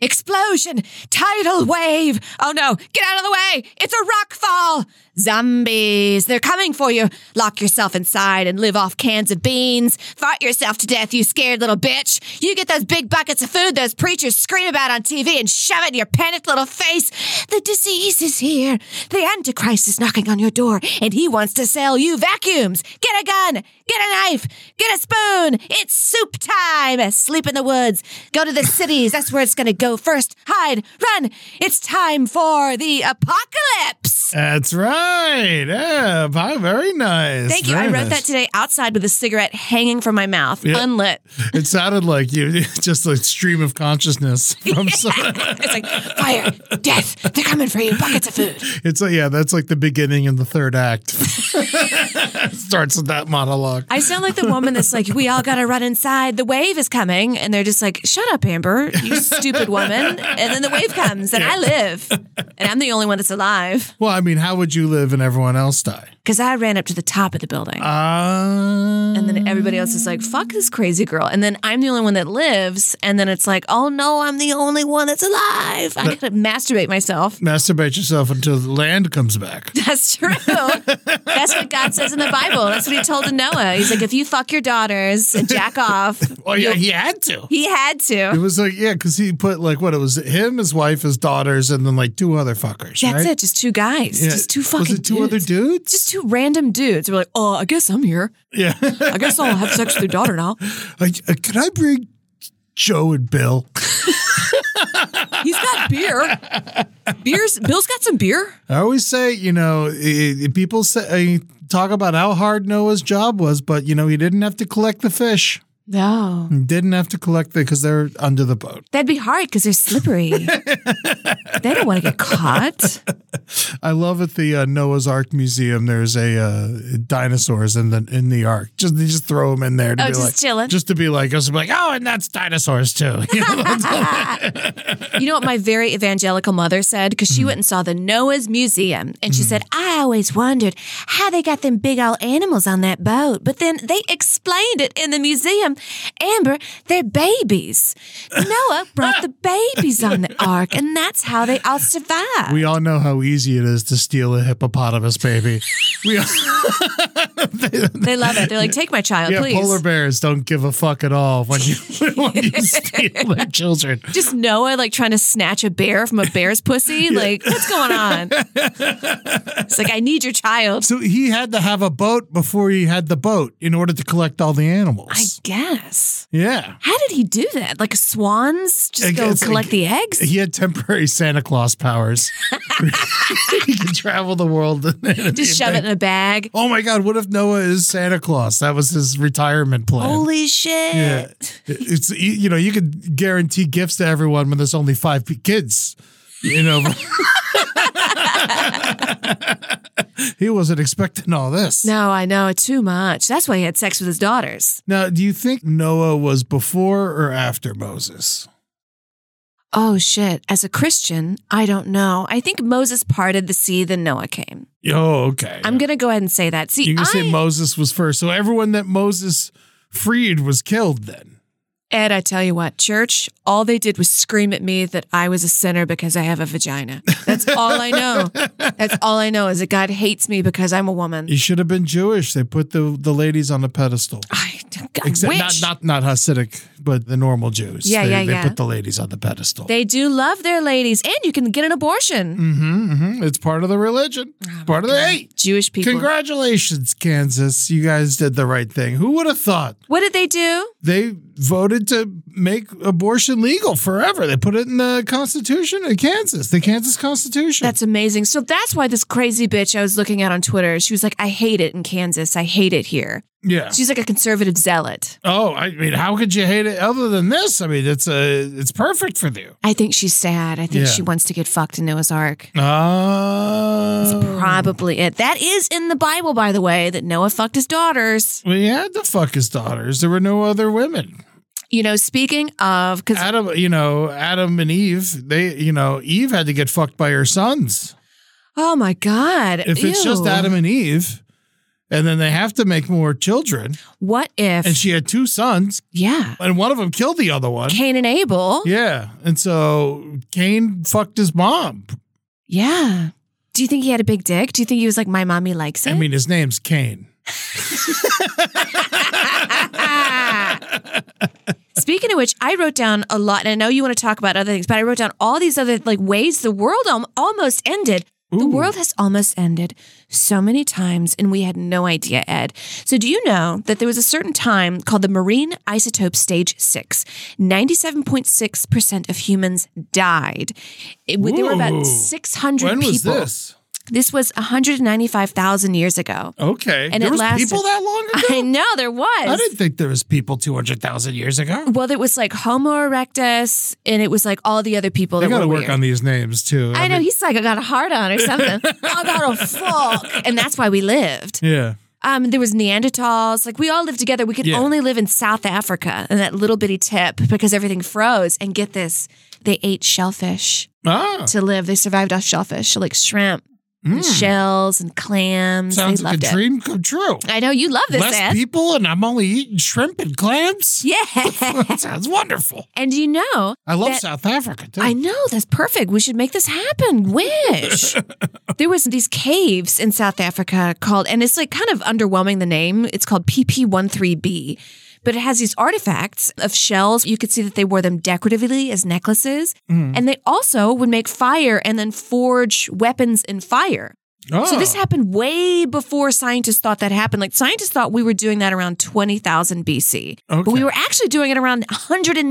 explosion, tidal wave. Oh no, get out of the way. It's a rock fall. Zombies, they're coming for you. Lock yourself inside and live off cans of beans. Fart yourself to death, you scared little bitch. You get those big buckets of food those preachers scream about on TV and shove it in your panicked little face. The disease is here. The Antichrist is knocking on your door and he wants to sell you vacuums. Get a gun. Get a knife. Get a spoon. It's soup time. Sleep in the woods. Go to the cities. That's where it's going to go first. Hide. Run. It's time for the apocalypse. That's right. Yeah, pie, very nice. Thank you. Very I wrote nice. that today outside with a cigarette hanging from my mouth, Yeah. unlit. It sounded like you just a stream of consciousness from some- It's like fire, death. They're coming for you. Buckets of food. It's like yeah, that's like the beginning and the third act. Starts with that monologue. I sound like the woman that's like, we all gotta run inside. The wave is coming, and they're just like, shut up, Amber, you stupid woman. And then the wave comes, and I live, and I'm the only one that's alive well, I mean, how would you live and everyone else die? because I ran up to the top of the building, Uh, and then everybody else is like, fuck this crazy girl. And then I'm the only one that lives, and then it's like, oh no, I'm the only one that's alive. I gotta masturbate myself. masturbate yourself until the land comes back. That's true. That's what God says in the Bible. That's what he told to Noah. He's like, if you fuck your daughters and jack off, Well, Oh, yeah, he had to. he had to. It was like yeah, because he put like what it was him, his wife, his daughters, and then like two other fuckers. That's right? it. Just two guys. Yeah. Just two fucking. Was it two dudes. other dudes? Just two random dudes. We're like, oh, I guess I'm here. yeah. I guess I'll have sex with your daughter now. Like, uh, can I bring Joe and Bill? He's got beer. Beers. Bill's got some beer. I always say, you know, i i- people say uh, talk about how hard Noah's job was, but you know, he didn't have to collect the fish. No, He didn't have to collect the because they're under the boat. that'd be hard because they're slippery. they don't want to get caught. I love at the uh, Noah's Ark Museum. There's a uh, dinosaurs in the in the ark. Just they just throw them in there. To Oh, be just like, chilling. Just to be like, just be like, oh, and that's dinosaurs too. You know? You know what my very evangelical mother said? Because Mm. she went and saw the Noah's Museum. And she said, I always wondered how they got them big old animals on that boat. But then they explained it in the museum. Amber, they're babies. Noah brought the babies on the ark, and that's how they all survived. we all know how easy it is to steal a hippopotamus baby. we all, they love it. They're like, take my child, yeah, please. polar bears don't give a fuck at all when you when you steal their children. Just Noah like trying to snatch a bear from a bear's pussy. Like, what's going on? it's like, I need your child. So he had to have a boat before he had the boat in order to collect all the animals. I guess. yeah. How did he do that? Like swans just I go guess- collect the eggs? He had temporary Santa Claus powers. he could travel the world. and- Just shove it in a bag? Oh my God! What if Noah is Santa Claus? That was his retirement plan. Holy shit. Oh, yeah, it's you you know you could guarantee gifts to everyone when there's only five p- kids. You know, he wasn't expecting all this. No, I know. Too much. That's why he had sex with his daughters. Now, do you think Noah was before or after Moses? Oh shit. As a Christian, I don't know. I think Moses parted the sea, then Noah came. Oh, okay. I'm gonna go ahead and say that. See, you can I, say Moses was first. So everyone that Moses freed was killed then. Ed, I tell you what, church, all they did was scream at me that I was a sinner because I have a vagina. That's all I know. That's all I know is that God hates me because I'm a woman. You should have been Jewish. They put the, the ladies on a pedestal. I, I Except wish. not not not Hasidic, but the normal Jews. Yeah, they, yeah, They yeah. put the ladies on the pedestal. they do love their ladies, and you can get an abortion. hmm hmm It's part of the religion. part of the hey. Jewish Ah, people. Congratulations, Kansas. You guys did the right thing. Who would have thought? What did they do? They voted to make abortion legal forever. They put it in the Constitution of Kansas, the Kansas Constitution. That's amazing. So that's why this crazy bitch I was looking at on Twitter, she was like, I hate it in Kansas. I hate it here. yeah. She's like a conservative zealot. Oh, I mean, how could you hate it other than this? I mean, it's a it's perfect for you. I think she's sad. I think Yeah. she wants to get fucked in Noah's Ark. Oh, Probably it. That is in the Bible, by the way, that Noah fucked his daughters. we had to fuck his daughters. There were no other women. You know, speaking of, because Adam, you know, Adam and Eve. They, you know, Eve had to get fucked by her sons. oh my god, If it's just Ew. Adam and Eve, and then they have to make more children, what if? and she had two sons, yeah, and one of them killed the other one. Cain and Abel. Yeah, and so Cain fucked his mom. Yeah. Do you think he had a big dick? Do you think he was like, my mommy likes it? I mean, his name's Cain. Speaking of which, I wrote down a lot, and I know you want to talk about other things, but I wrote down all these other like ways the world al- almost ended. The world has almost ended so many times, and we had no idea, Ed. So, do you know that there was a certain time called the marine isotope stage six? 97.6% of humans died. It, there were Ooh. about 600 When people. was this? This was 195,000 years ago. Okay. And there it was lasted- people that long ago? I know there was. I, didn't think there was people 200,000 years ago. Well, it was like Homo erectus, and it was like all the other people. They that got to were work weird. on these names too. I know mean- he's like I got a heart on or something. I got a fuck, and that's why we lived. Yeah. Um, there was Neanderthals. Like we all lived together. We could Yeah. only live in South Africa in that little bitty tip because everything froze. And get this, they ate shellfish Ah, to live. They survived off shellfish, so like shrimp, and shells, and clams. Hmm. sounds they like a loved it. dream come true. I know you love this, Less Ed. people, and I'm only eating shrimp and clams. yeah. sounds wonderful. and you know, I love That- South Africa too. I know that's perfect. We should make this happen. Wish there was these caves in South Africa called, and it's like kind of underwhelming. The name it's called PP13B, but it has these artifacts of shells. You could see that they wore them decoratively as necklaces, Hmm. and they also would make fire and then forge weapons in fire. oh. So this happened way before scientists thought that happened. Like scientists thought we were doing that around 20,000 BC. But Okay. we were actually doing it around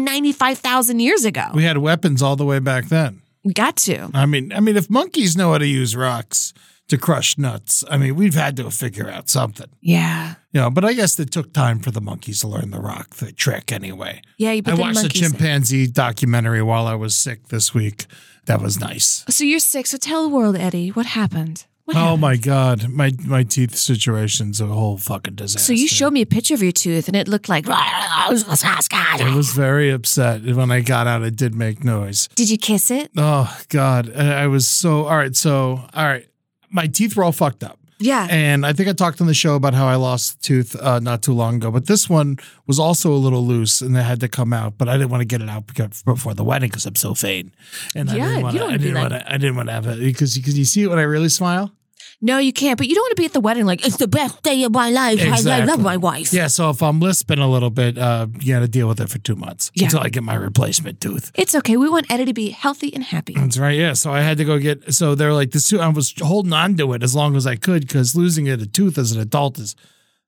195,000 years ago. we had weapons all the way back then. We got to. I mean, I mean, if monkeys know how to use rocks to crush nuts, I mean, we've had to figure out something. Yeah. You know, but I guess it took time for the monkeys to learn the rock the trick anyway. Yeah, you I but then watched a monkeys- chimpanzee documentary while I was sick this week. That was nice. So you're sick. So tell the world, Eddie, what happened? What Oh happened? my god, my my teeth situation's a whole fucking disaster. So you showed me a picture of your tooth and it looked like. I was very upset when I got out. It did make noise. Did you kiss it? Oh god, I I was so all right. So all right, my teeth were all fucked up. Yeah. And I think I talked on the show about how I lost a tooth uh, not too long ago, but this one was also a little loose and it had to come out. But I didn't want to get it out because- before the wedding because I'm so vain, and I Yeah, didn't you want to. don't do I didn't that. want to. I didn't want to have it because because you see it when I really smile. No, you can't. But you don't want to be at the wedding like it's the best day of my life. I, I love Exactly. my wife. Yeah, so if I'm lisping a little bit, uh, you got to deal with it for two months Yeah. until I get my replacement tooth. It's okay. We want Eddie to be healthy and happy. That's right. Yeah. So I had to go get. So they're like this. Tooth, I was holding on to it as long as I could because losing it a tooth as an adult is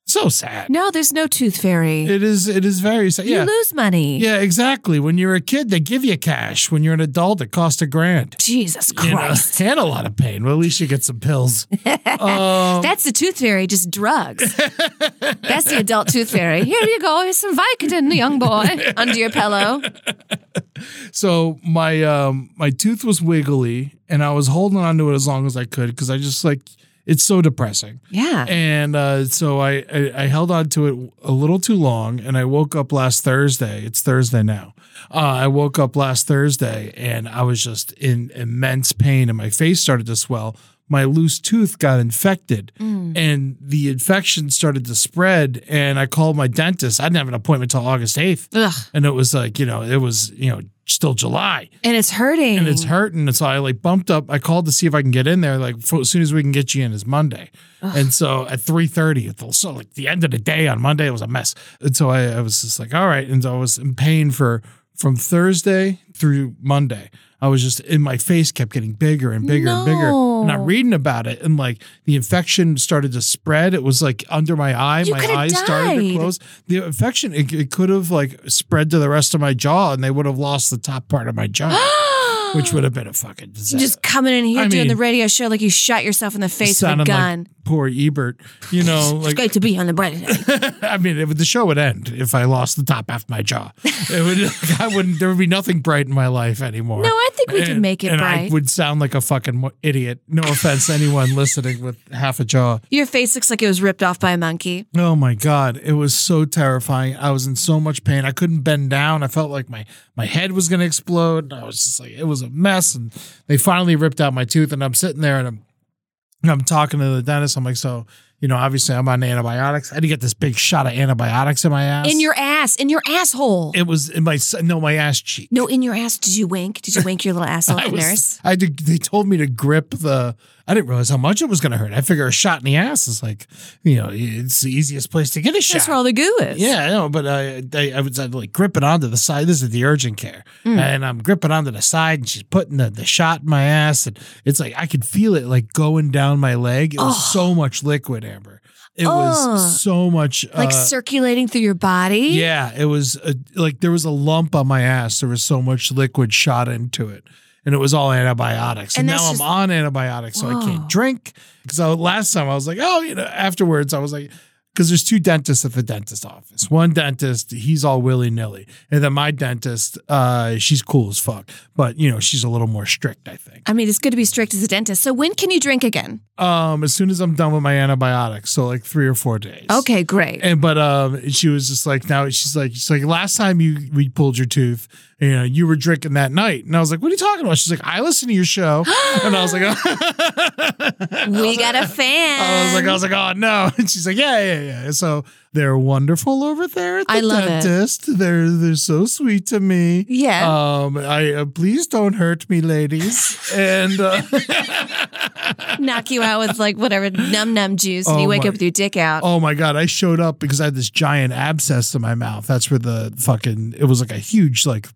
so sad. No, there's no tooth fairy. It is. It is very sad. Yeah. You lose money. Yeah, exactly. When you're a kid, they give you cash. When you're an adult, it costs a grand. Jesus You know, Christ. and a lot of pain. Well, at least you get some pills. um, That's the tooth fairy, just drugs. That's the adult tooth fairy. Here you go. Here's some Vicodin, young boy, under your pillow. So my um my tooth was wiggly, and I was holding on to it as long as I could because I just like It's so depressing. Yeah. And uh, so I, I I held on to it a little too long, and I woke up last Thursday. It's Thursday now. Uh, I woke up last Thursday, and I was just in immense pain, and my face started to swell. My loose tooth got infected, Mm. and the infection started to spread. And I called my dentist. I didn't have an appointment till August eighth, Ugh. and it was like you know it was you know still July And it's hurting. and it's hurting. And so I like bumped up. I called to see if I can get in there. Like fo- as soon as we can get you in is Monday. And so at three thirty, so like the end of the day on Monday, it was a mess. And so I, I was just like, all right. And so I was in pain for from Thursday through Monday. I was just in my face kept getting bigger and bigger and bigger. And I'm No. reading about it, and like the infection started to spread. It was like under my eye. You my could've eyes started to died. close. The infection it, it could have like spread to the rest of my jaw, and they would have lost the top part of my jaw which would have been a fucking disaster. You're just coming in here I doing mean- the radio show like you shot yourself in the face with a Sounded gun. Like poor Ebert, you know, it's like great to be on the bread today. I mean, it would, the show would end if I lost the top half of my jaw. It would, I wouldn't. There would be nothing bright in my life anymore. No, I think we can And- make it and bright. I would sound like a fucking mo- idiot. No offense, to anyone listening with half a jaw. Your face looks like it was ripped off by a monkey. Oh my god, it was so terrifying. I was in so much pain. I couldn't bend down. I felt like my my head was going to explode. I was just like it was a mess and they finally ripped out my tooth and I'm sitting there and I'm and I'm talking to the dentist. I'm like, "So, you know, obviously I'm on antibiotics. I had to get this big shot of antibiotics in my ass." In your ass. In your asshole. It was in my s- no, my ass cheek. no, in your ass. Did you wink? Did you wink your little asshole I at the was- nurse? I had to- they told me to grip the. I didn't realize how much it was going to hurt. I figure a shot in the ass is like, you know, it's the easiest place to get a shot. That's where all the goo is. Yeah, I know, but I, I, I was I'd like gripping onto the side. This is the urgent care, and I'm gripping onto the side, and she's putting the, the shot in my ass, and it's like I could feel it like going down my leg. It was so much liquid, Amber. It Ugh. was so much Like uh, circulating through your body. yeah, it was a, like there was a lump on my ass. There was so much liquid shot into it. And it was all antibiotics. And, And that's now just- I'm on antibiotics, so I can't drink. Because last time I was like, oh, you know, afterwards I was like, because there's two dentists at the dentist office. One dentist, he's all willy nilly. And then my dentist, uh, she's cool as fuck. But, you know, she's a little more strict, I think. I mean, it's good to be strict as a dentist. So when can you drink again? Um, as soon as I'm done with my antibiotics, so like three or four days. Okay, great. And but um, she was just like, now she's like, she's like, last time you we pulled your tooth, you know, you were drinking that night, and I was like, what are you talking about? She's like, I listen to your show, and I was like, we got a fan. I was like, I was like, oh no, and she's like, yeah, yeah, yeah. And so they're wonderful over there at the I love it. dentist. They're they're so sweet to me. Yeah. Um, I uh, please don't hurt me, ladies. and uh, knock you out with like whatever num num juice, and Oh you wake my- up with your dick out. Oh my god, I showed up because I had this giant abscess in my mouth. That's where the fucking it was like a huge like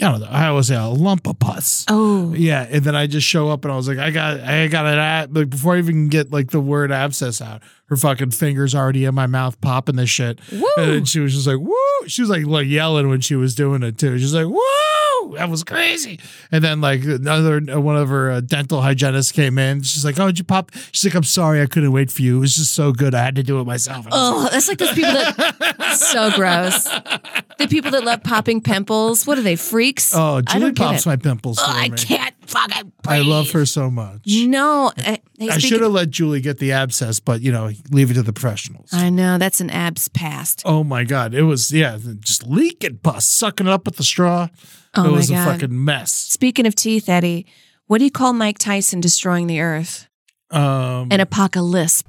I don't know. I always say a lump of pus. Oh. Yeah, and then I just show up and I was like, I got, I got an ab. Like before I even can get like the word abscess out, her fucking fingers already in my mouth popping this shit. Woo. And then she was just like, woo. She was like, like yelling when she was doing it too. She's like, woo, that was crazy. And then like another one of her uh, dental hygienists came in. She's like, oh, did you pop? She's like, I'm sorry, I couldn't wait for you. It was just so good, I had to do it myself. And I was Oh, that's like those people that so gross. The people that love popping pimples. What are they freaks? like, oh, I Julie don't get pops it. my pimples. Oh, for I me. can't fucking. I love breathe. her so much. No, I, hey, I speak- should have let Julie get the abscess, but you know, leave it to the professionals. I know that's an abs past. Oh my god, it was yeah, just leaking pus, sucking it up with the straw. Oh it my was God. a fucking mess. Speaking of teeth, Eddie, what do you call Mike Tyson destroying the earth? Um, An apocalypse.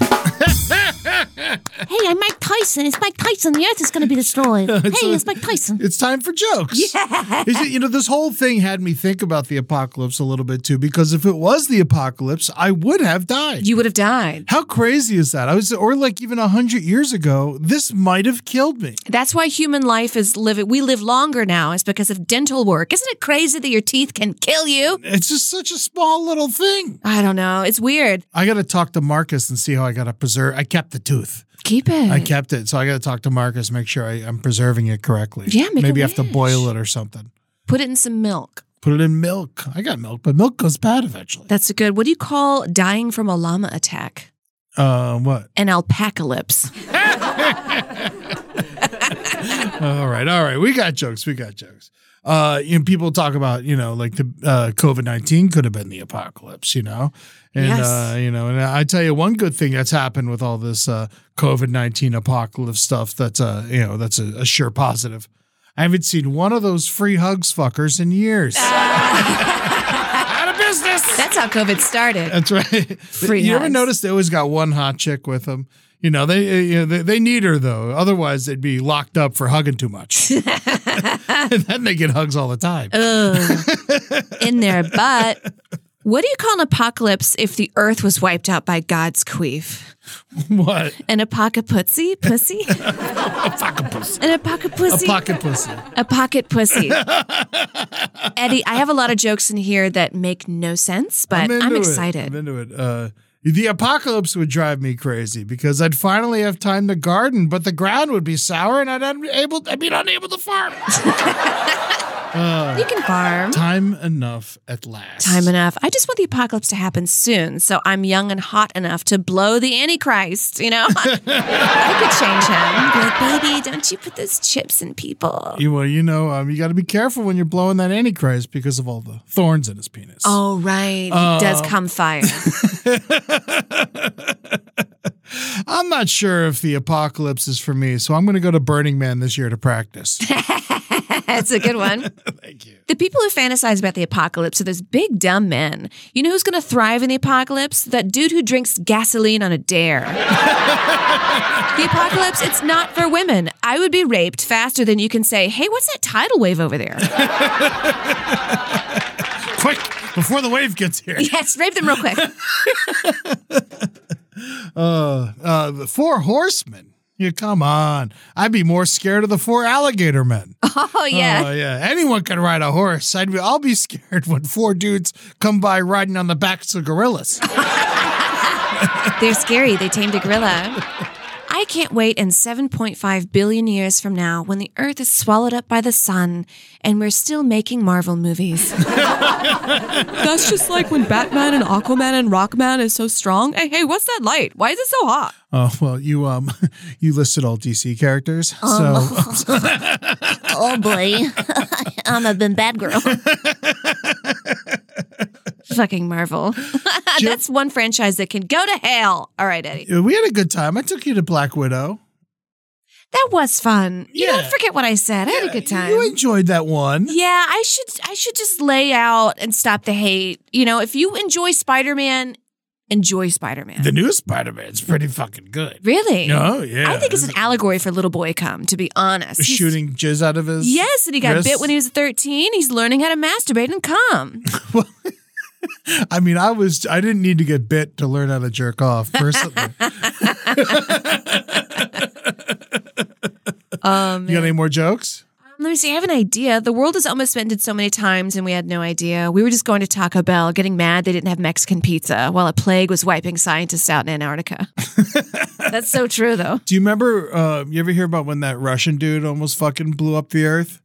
Hey, I'm Mike Tyson. It's Mike Tyson. The Earth is going to be destroyed. hey, it's Mike Tyson. it's time for jokes. Yeah. you know, this whole thing had me think about the apocalypse a little bit too, because if it was the apocalypse, I would have died. You would have died. How crazy is that? I was, or like even a hundred years ago, this might have killed me. That's why human life is living. We live longer now. It's because of dental work. Isn't it crazy that your teeth can kill you? It's just such a small little thing. I don't know. It's weird. I got to talk to Marcus and see how I got to preserve. I kept the tooth. Keep it. I kept it, so I got to talk to Marcus, make sure I, I'm preserving it correctly. Yeah, make a maybe I have to wish. boil it or something. Put it in some milk. Put it in milk. I got milk, but milk goes bad eventually. That's a good. What do you call dying from a llama attack? Uh, what? An alpacalypse. All right, all right. We got jokes. We got jokes. uh, you know, people talk about, you know, like the uh, COVID 19 could have been the apocalypse, you know? And, Yes. uh, you know, and I tell you one good thing that's happened with all this uh, COVID 19 apocalypse stuff that's, uh, you know, that's a, a sure positive. I haven't seen one of those free hugs fuckers in years. Out of business. That's how COVID started. That's right. Free you ever hugs. notice they always got one hot chick with them? You know, they eh, you know, they, they need her though. Otherwise, they'd be locked up for hugging too much. and then they get hugs all the time. in there, but what do you call an apocalypse if the earth was wiped out by God's queef? what? An apoca pussy? Pussy? A fucking pussy. An apoca A pussy? pocket pussy. A pocket pussy. Eddie, I have a lot of jokes in here that make no sense, but I'm, into it. excited. I'm into it. Uh, the apocalypse would drive me crazy because I'd finally have time to garden, but the ground would be sour and I'd unable. I'd be unable to farm. You can farm. time enough at last. Time enough. I just want the apocalypse to happen soon, so I'm young and hot enough to blow the Antichrist. You know, I could change him. Be like, baby, don't you put those chips in people? You, well, you know, um, you got to be careful when you're blowing that antichrist because of all the thorns in his penis. Oh right, he Uh. does come fire. I'm not sure if the apocalypse is for me, so I'm going to go to Burning Man this year to practice. That's a good one. Thank you. The people who fantasize about the apocalypse are those big dumb men. You know who's going to thrive in the apocalypse? That dude who drinks gasoline on a dare. the apocalypse, it's not for women. I would be raped faster than you can say, hey, what's that tidal wave over there? Quick, before the wave gets here. yes, rape them real quick. Uh, uh, the four horsemen. Yeah, come on. I'd be more scared of the four alligator men. Oh, yeah. Oh yeah, anyone can ride a horse. I'd be, I'll be scared when four dudes come by riding on the backs of gorillas. They're scary. They tamed a gorilla. I can't wait in 7.5 billion years from now when the earth is swallowed up by the sun and we're still making Marvel movies. That's just like when Batman and Aquaman and Rockman is so strong. Hey, hey, what's that light? Why is it so hot? Oh well, you um, you listed all DC characters, Um. so Oh boy, I'm a been bad girl. Fucking Marvel. That's one franchise that can go to hell. All right, Eddie. we had a good time. I took you to Black Widow. That was fun. You Yeah. don't forget what I said. I had a good time. You enjoyed that one. Yeah, I should I should just lay out and stop the hate. You know, if you enjoy Spider-Man, enjoy Spider-Man. The new Spider Man's pretty fucking good. really? Oh yeah, I think it's an allegory for little boy come, to be honest. He's- shooting jizz out of his. Yes, and he got wrists. bit when he was 13. He's learning how to masturbate and come. Um, I mean, I was. I didn't need to get bit to learn how to jerk off personally. Um, you got any more jokes? let me see. I have an idea. The world has almost ended so many times, and we had no idea. We were just going to Taco Bell, getting mad they didn't have Mexican pizza, while a plague was wiping scientists out in Antarctica. That's so true, though. Do you remember? Uh, you ever hear about when that Russian dude almost fucking blew up the earth?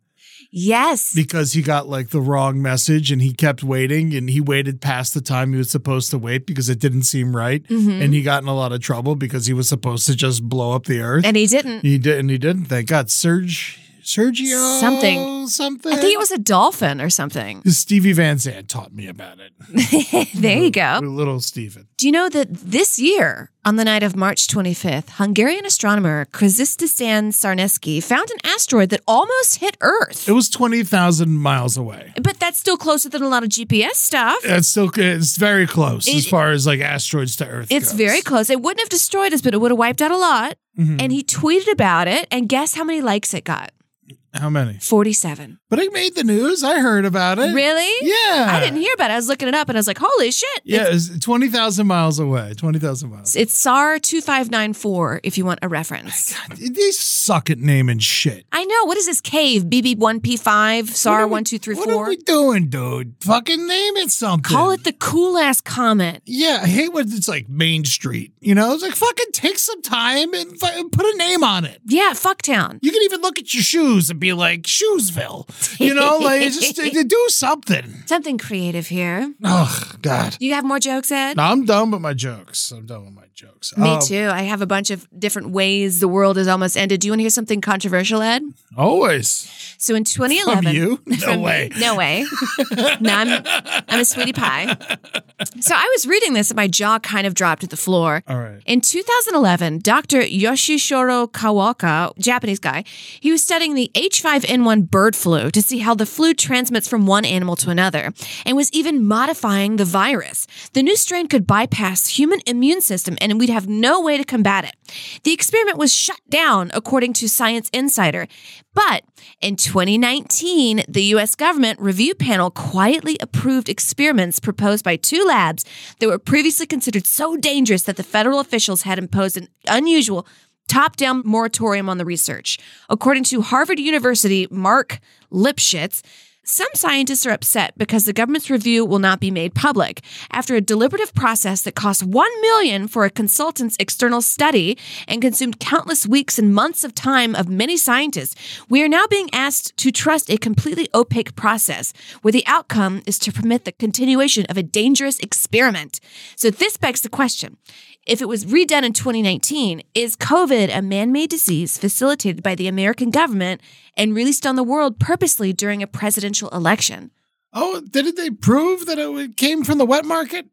Yes. because he got like the wrong message and he kept waiting and he waited past the time he was supposed to wait because it didn't seem right Mm-hmm. and he got in a lot of trouble because he was supposed to just blow up the earth and he didn't. he did and he didn't thank god serge sergio Something. something I think it was a dolphin or something. stevie van zandt taught me about it There you go. little steven Do you know that this year, on the night of March 25th, Hungarian astronomer Krzysztof Sarneski found an asteroid that almost hit Earth? it was 20000 miles away But that's still closer than a lot of GPS stuff. it's still it's very close as It- far as like asteroids to earth It's goes. very close. It wouldn't have destroyed us, but it would have wiped out a lot. Mm-hmm. And he tweeted about it, and guess how many likes it got? how many 47. but it made the news i heard about it Really? Uh, yeah I didn't hear about it. I was looking it up, and I was like, holy shit. Yeah, it's 20,000 miles away. 20,000 miles. It's, it's SAR 2594 if you want a reference. They suck at naming shit. I know. What is this cave? BB1P5, What SAR are we- 1234? What are we doing, dude? Fucking name it something. Call it the cool ass comment. Yeah, I hate when it's like Main Street. You know, it's like fucking take some time and fu- put a name on it. Yeah, Fucktown. You can even look at your shoes and be like Shoesville. You know, like it's just to do something. Something creative here. Oh God. You have more jokes, Ed? No, I'm done with my jokes. I'm done with my jokes. Me Um, too. I have a bunch of different ways the world has almost ended. Do you want to hear something controversial, Ed? Always. So in 2011, From you? No from me. way. no way. no, I'm, I'm a sweetie pie. So I was reading this and my jaw kind of dropped to the floor. All right. In 2011, Dr. Yoshishiro Kawaka, Japanese guy, he was studying the H5N1 bird flu to see how the flu transmits from one animal to another and was even modifying the virus. The new strain could bypass human immune system and we'd have no way to combat it. The experiment was shut down according to Science Insider. But in 2019, the US government review panel quietly approved experiments proposed by two labs that were previously considered so dangerous that the federal officials had imposed an unusual top down moratorium on the research. According to Harvard University Mark Lipschitz, some scientists are upset because the government's review will not be made public. After a deliberative process that cost 1 million for a consultant's external study and consumed countless weeks and months of time of many scientists, we are now being asked to trust a completely opaque process where the outcome is to permit the continuation of a dangerous experiment. So this begs the question. If it was redone in 2019, is COVID a man made disease facilitated by the American government and released on the world purposely during a presidential election? Oh, didn't they prove that it came from the wet market?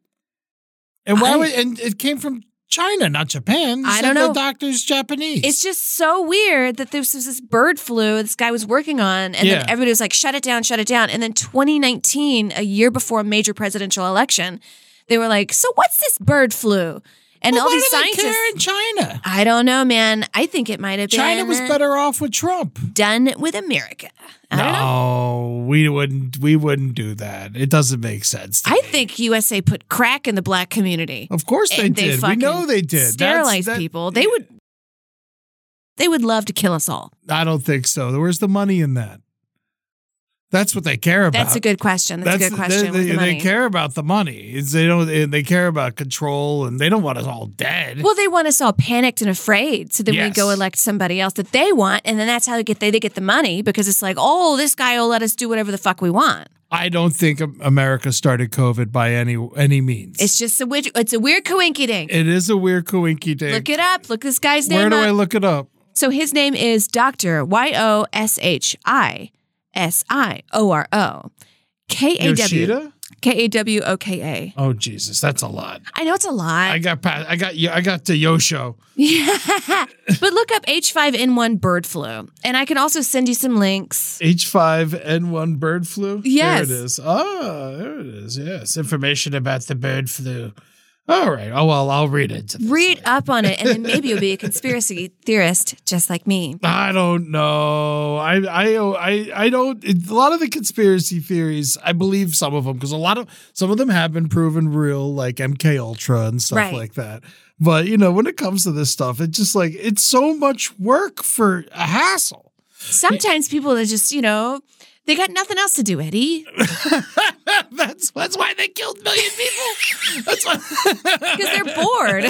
And why? I- would, and it came from China, not Japan. I Said don't know. The doctor's Japanese. It's just so weird that this was this bird flu this guy was working on, and Yeah. then everybody was like, shut it down, shut it down. And then 2019, a year before a major presidential election, they were like, so what's this bird flu? And Well, all why these do they scientists. care in China. I don't know, man. I think it might have China been was better off with Trump. done with America. I don't know. No, we wouldn't. We wouldn't do that. It doesn't make sense. to I me. think USA put crack in the black community. Of course they And did. We fucking know they did. That's- Sterilize that- people. They would. They would love to kill us all. I don't think so. Where's the money in that? That's what they care about. That's a good question. That's, a good they- question. They, with the they money. care about the money. It's, they don't. eh, They, they care about control, and they don't want us all dead. Well, they want us all panicked and afraid. So then we Yes. go elect somebody else that they want, and then that's how they get they, they get the money because it's like, oh, this guy will let us do whatever the fuck we want. I don't think Am- America started COVID by any any means. It's just a witch. It's a weird coinky It is a weird coinky dink. Look it up. Look this guy's name Where do up. I look it up? So his name is Dr. Y O S H I S I O R O K A W Yoshida? K A W O K A. Oh Jesus, that's a lot. I know it's a lot. I got past, I got I got to Yosho. but look up H5N1 bird flu. And I can also send you some links. H5N1 bird flu? Yes. There it is. Ah, there it is. Yes. Information about the bird flu. All right. Oh, well, I'll read it. Read up on it, and then maybe you'll be a conspiracy theorist just like me. I don't know. I I I I don't. A lot of the conspiracy theories, I believe some of them because a lot of some of them have been proven real, like MK Ultra and stuff Right. like that. But you know, when it comes to this stuff, it's just like it's so much work for a hassle. Sometimes people that just, you know, they got nothing else to do, Eddie. that's that's why they killed million people. That's why. Because they're bored.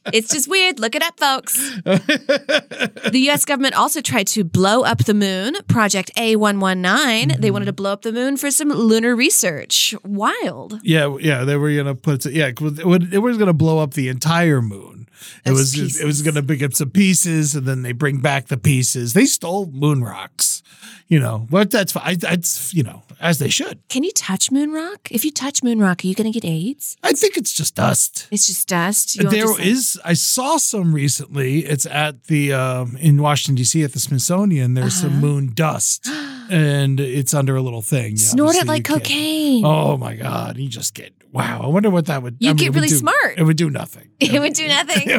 it's just weird. Look it up, folks. the US government also tried to blow up the moon, Project A119. They wanted to blow up the moon for some lunar research. Wild. Yeah, yeah, they were gonna put yeah, 'cause it was- it was gonna blow up the entire moon. It That's was it was pieces. gonna pick up some pieces, and then they bring back the pieces. They stole moon rocks, you know. But that's fi- I, that's you know as they should. Can you touch moon rock? If you touch moon rock, are you going to get AIDS? I think it's just dust. It's just dust. You There won't is. just- I saw some recently. It's at the um, in Washington D.C. at the Smithsonian. There's some Uh-huh. moon dust, and it's under a little thing. Yeah, Snort it obviously like you can't- cocaine. Oh my god, you just get wow. I wonder what that would. You I mean, get it would really do- smart. It would do nothing. It would do nothing.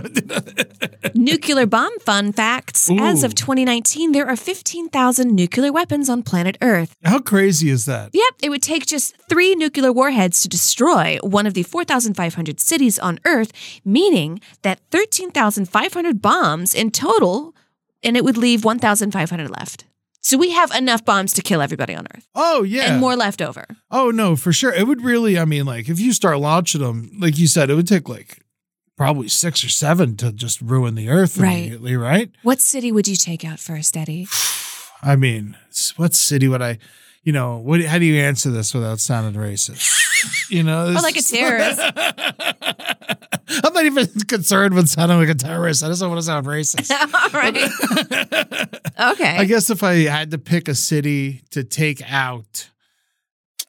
nuclear bomb fun facts. As Ooh. of 2019, there are 15,000 nuclear weapons on planet Earth. How crazy is that? Yep, it would take just three nuclear warheads to destroy one of the 4,500 cities on Earth, meaning that 13,500 bombs in total, and it would leave 1,500 left. So we have enough bombs to kill everybody on Earth Oh yeah. and more left over. Oh no, for sure. It would really. I mean, like if you start launching them, like you said, it would take like probably six or seven to just ruin the Earth Right. immediately, right? What city would you take out first, Eddie? I mean, s- what city would I? you know, what? How do you answer this without sounding racist? You know, Or this like a is- terrorist. I'm not even concerned with sounding like a terrorist. I just don't want to sound racist. All right. Okay. I guess if I had to pick a city to take out,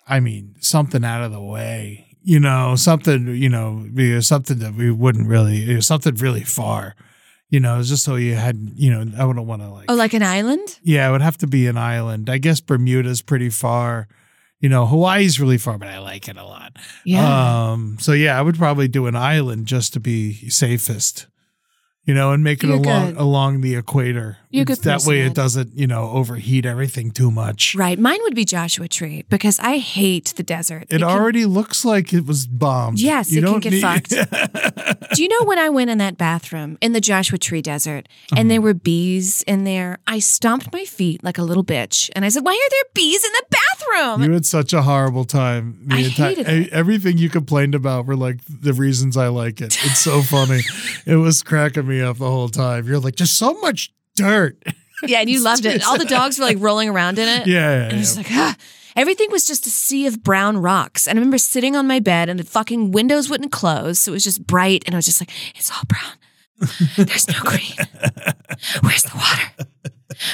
I mean, something out of the way, you know, something, you know, be- something that we wouldn't really, something really far, you know, just so you had, you know, I wouldn't want to like, oh, like an island? yeah, it would have to be an island. I guess Bermuda's pretty far. You know, Hawaii's really far, but I like it a lot. Um, so yeah, I would probably do an island just to be safest. You know, and make it You along could. along the equator. You could that way personally- it doesn't, you know, overheat everything too much. right. Mine would be Joshua Tree because I hate the desert. It, can- already looks like it was bombed. Yes, it can get fucked. Do you know when I went in that bathroom in the Joshua Tree Desert Uh-huh. and there were bees in there? I stomped my feet like a little bitch and I said, Why are there bees in the bathroom? you had such a horrible time. The I entire- hated e- it. everything you complained about were like the reasons I like it. It's so funny. it was cracking me up the whole time. You're like, just so much dirt. yeah, and you loved it. All the dogs were like rolling around in it. Yeah, And I was like, ah. Everything was just a sea of brown rocks. And I remember sitting on my bed and the fucking windows wouldn't close. So it was just bright. And I was just like, it's all brown. There's no green. Where's the water?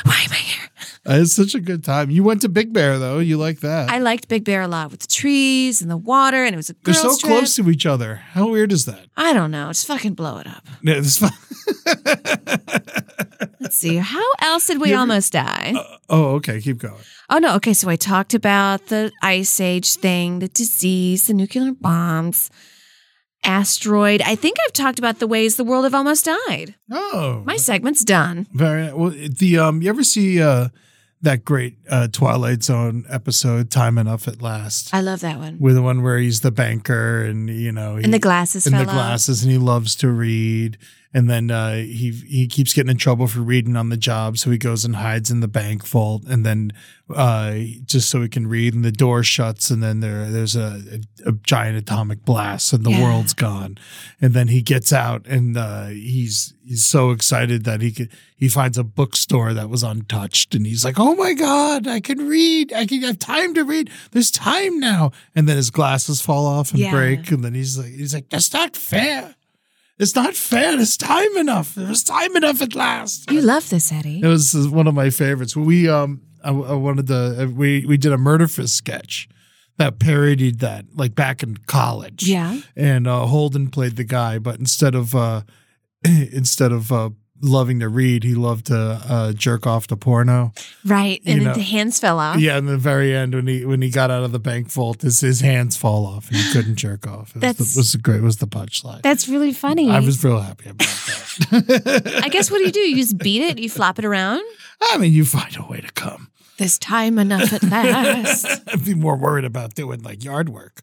Why am I here? I had such a good time. You went to Big Bear though. You like that? I liked Big Bear a lot with the trees and the water. And it was a They're girl's so trip. close to each other. How weird is that? I don't know. Just fucking blow it up. Yeah, it's fun. Let's see. How else did we almost die? oh, okay. Keep going. Oh no, okay, so I talked about the ice age thing, the disease, the nuclear bombs, asteroid. I think I've talked about the ways the world have almost died. Oh, My segment's done. very well. The um, you ever see uh that great uh Twilight Zone episode, Time Enough at Last, I love that one. with the one where he's the banker and you know he, And the glasses and fell the glasses and he loves to read and then uh, he he keeps getting in trouble for reading on the job so he goes and hides in the bank vault and then uh, just so he can read and the door shuts and then there there's a, a, a giant atomic blast and the Yeah. world's gone and then he gets out and uh, he's he's so excited that he could, he finds a bookstore that was untouched and he's like oh my god I can read I can have time to read there's time now and then his glasses fall off and Yeah. break and then he's like, he's like, that's not fair. It's not fair. It's time enough. It was time enough at last. off. You love this, Eddie. It was one of my favorites. We um, I, I wanted to. uh, We we did a murder fist sketch that parodied that, like back in college. Yeah. And uh, Holden played the guy, but instead of uh, instead of uh, loving to read, he loved to uh, jerk off to porno. Right. And You then know. the hands fell off. Yeah, in the very end, when he when he got out of the bank vault, his his hands fall off and he couldn't jerk off. It was That's- the, was the great was the punchline. That's really funny. I was real happy about that. I guess what do you do? You just beat it, you flop it around. I mean, you find a way to come. There's time enough at last. I'd be more worried about doing like yard work.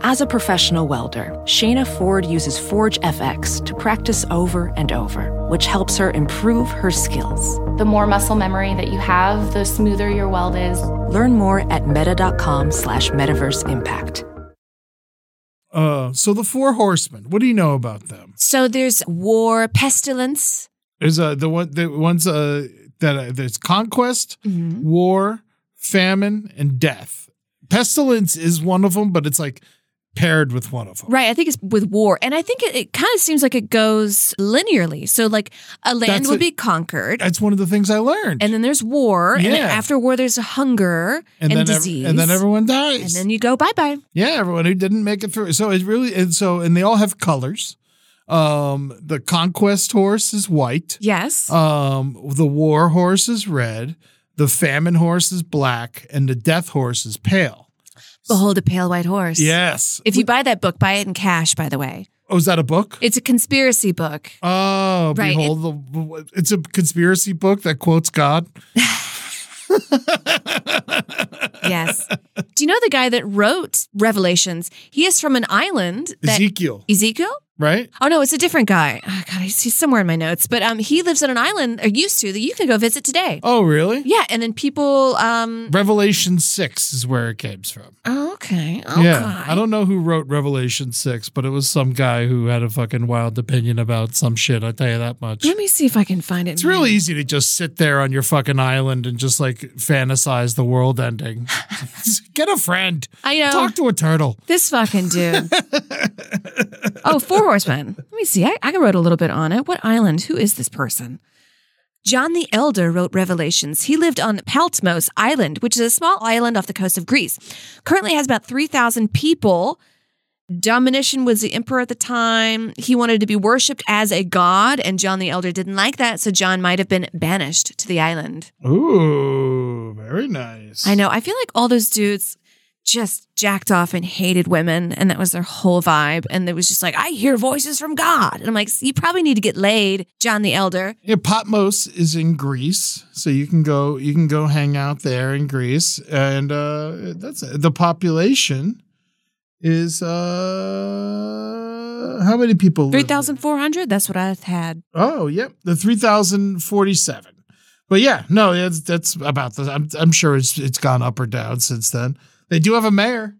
As a professional welder, Shayna Ford uses Forge FX to practice over and over, which helps her improve her skills. The more muscle memory that you have, the smoother your weld is. Learn more at meta.com slash metaverse impact. Uh, so the four horsemen. What do you know about them? so there's war, pestilence. There's uh, the one the ones uh, that uh, there's conquest, Mm-hmm. war, famine, and death. Pestilence is one of them, but it's like paired with one of them. Right. I think it's with war. And I think it, it kind of seems like it goes linearly. So, like, a land That's would it. be conquered. That's one of the things I learned. and then there's war. And Yeah. then after war, there's hunger and, then ev- disease. and then everyone And dies. then you go bye bye. Yeah, everyone who didn't make it through. So it really and so and they all have colors. Um the conquest horse is white. Yes. Um the war horse is red, the famine horse is black, and the death horse is pale. Behold a pale white horse. Yes. If you buy that book, buy it in cash, by the way. Oh, is that a book? It's a conspiracy book. Oh, Right, behold the it's a conspiracy book that quotes God. Yes. Do you know the guy that wrote Revelations? He is from an island. That, Ezekiel, Ezekiel? right? Oh no, it's a different guy. Oh, God, he's, he's somewhere in my notes. But um, he lives on an island, or used to, that you can go visit today. Oh, really? Yeah, and then people. Um, Revelation 6 is where it came from. oh, okay. Oh, Yeah. I God. don't know who wrote Revelation 6, but it was some guy who had a fucking wild opinion about some shit. I tell you that much. Let me see if I can find it. It's really easy to just sit there on your fucking island and just like fantasize the world ending. Get a friend. I know. Talk to a turtle. This fucking dude. oh, Four Horsemen. Let me see. I, I wrote a little bit on it. What island? Who is this person? John the Elder wrote Revelations. He lived on Paltmos Island, which is a small island off the coast of Greece. Currently has about 3,000 people. Domitian was the emperor at the time. He wanted to be worshipped as a god, and John the Elder didn't like that, so John might have been banished to the island. Ooh, very nice. I know. I feel like all those dudes just jacked off and hated women, and that was their whole vibe. And it was just like, I hear voices from God, and I'm like, you probably need to get laid, John the Elder. Yeah, Patmos is in Greece, so you can go you can go hang out there in Greece, and uh, that's the population is uh, how many people? live there? Three thousand four hundred. That's what I had. Oh, yep, the three thousand forty-seven. But yeah, no, that's that's about the. I'm I'm sure it's it's gone up or down since then. They do have a mayor,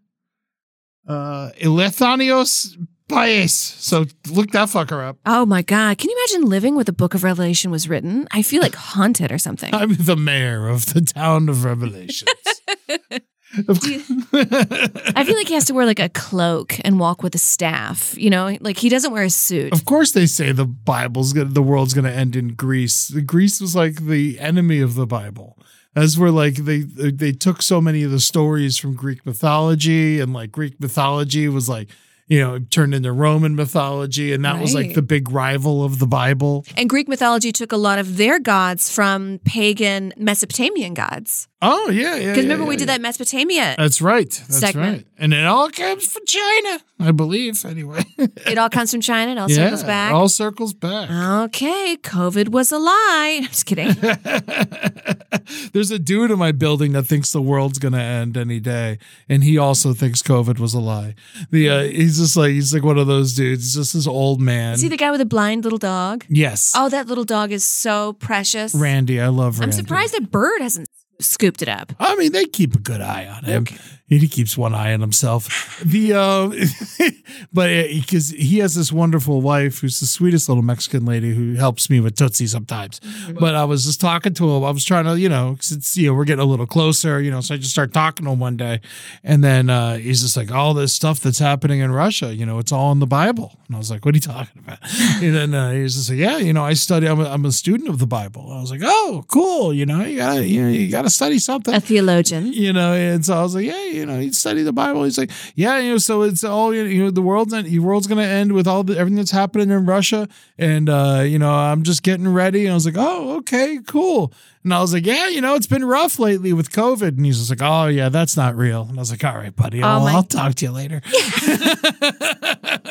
uh, Elethanios Paes. So look that fucker up. Oh my God! Can you imagine living where the Book of Revelation was written? I feel like haunted or something. I'm the mayor of the town of Revelations. Of course- I feel like he has to wear like a cloak and walk with a staff. You know, like he doesn't wear a suit. of course, they say the Bible's gonna, the world's going to end in Greece. Greece was like the enemy of the Bible. That's where like they they took so many of the stories from Greek mythology, and like Greek mythology was like you know turned into Roman mythology, and that was like Right. the big rival of the Bible. And Greek mythology took a lot of their gods from pagan Mesopotamian gods. Oh yeah, yeah. Because yeah, remember, we yeah, did yeah. that Mesopotamia. That's right. That's segment. right. And it all comes from China, I believe. Anyway, It all comes from China. It all circles Yeah, back. All circles back. okay, COVID was a lie. I'm just kidding. There's a dude in my building that thinks the world's gonna end any day, and he also thinks COVID was a lie. The uh, he's just like he's like one of those dudes. He's just this old man. See the guy with the blind little dog? yes, Oh, that little dog is so precious. Randy, I love I'm Randy. surprised that bird hasn't scooped it up. I mean, they keep a good eye on him. He keeps one eye on himself. The uh, but because he has this wonderful wife who's the sweetest little Mexican lady who helps me with Tootsie sometimes. But I was just talking to him. I was trying to, you know, since you know we're getting a little closer, you know, so I just start talking to him one day, and then uh, he's just like, all this stuff that's happening in Russia, you know, it's all in the Bible. And I was like, what are you talking about? and then uh, he's just like, yeah, you know, I study. I'm a, I'm a student of the Bible. I was like, oh, cool. You know, you gotta you, know, you gotta study something A theologian. you know and so i was like yeah you know you study the bible he's like yeah you know so it's all you know the world's end, the world's gonna end with all the everything that's happening in russia and uh you know i'm just getting ready and i was like oh okay cool and i was like yeah you know it's been rough lately with covid and he's just like oh yeah that's not real and i was like all right buddy I'll, my- I'll talk to you later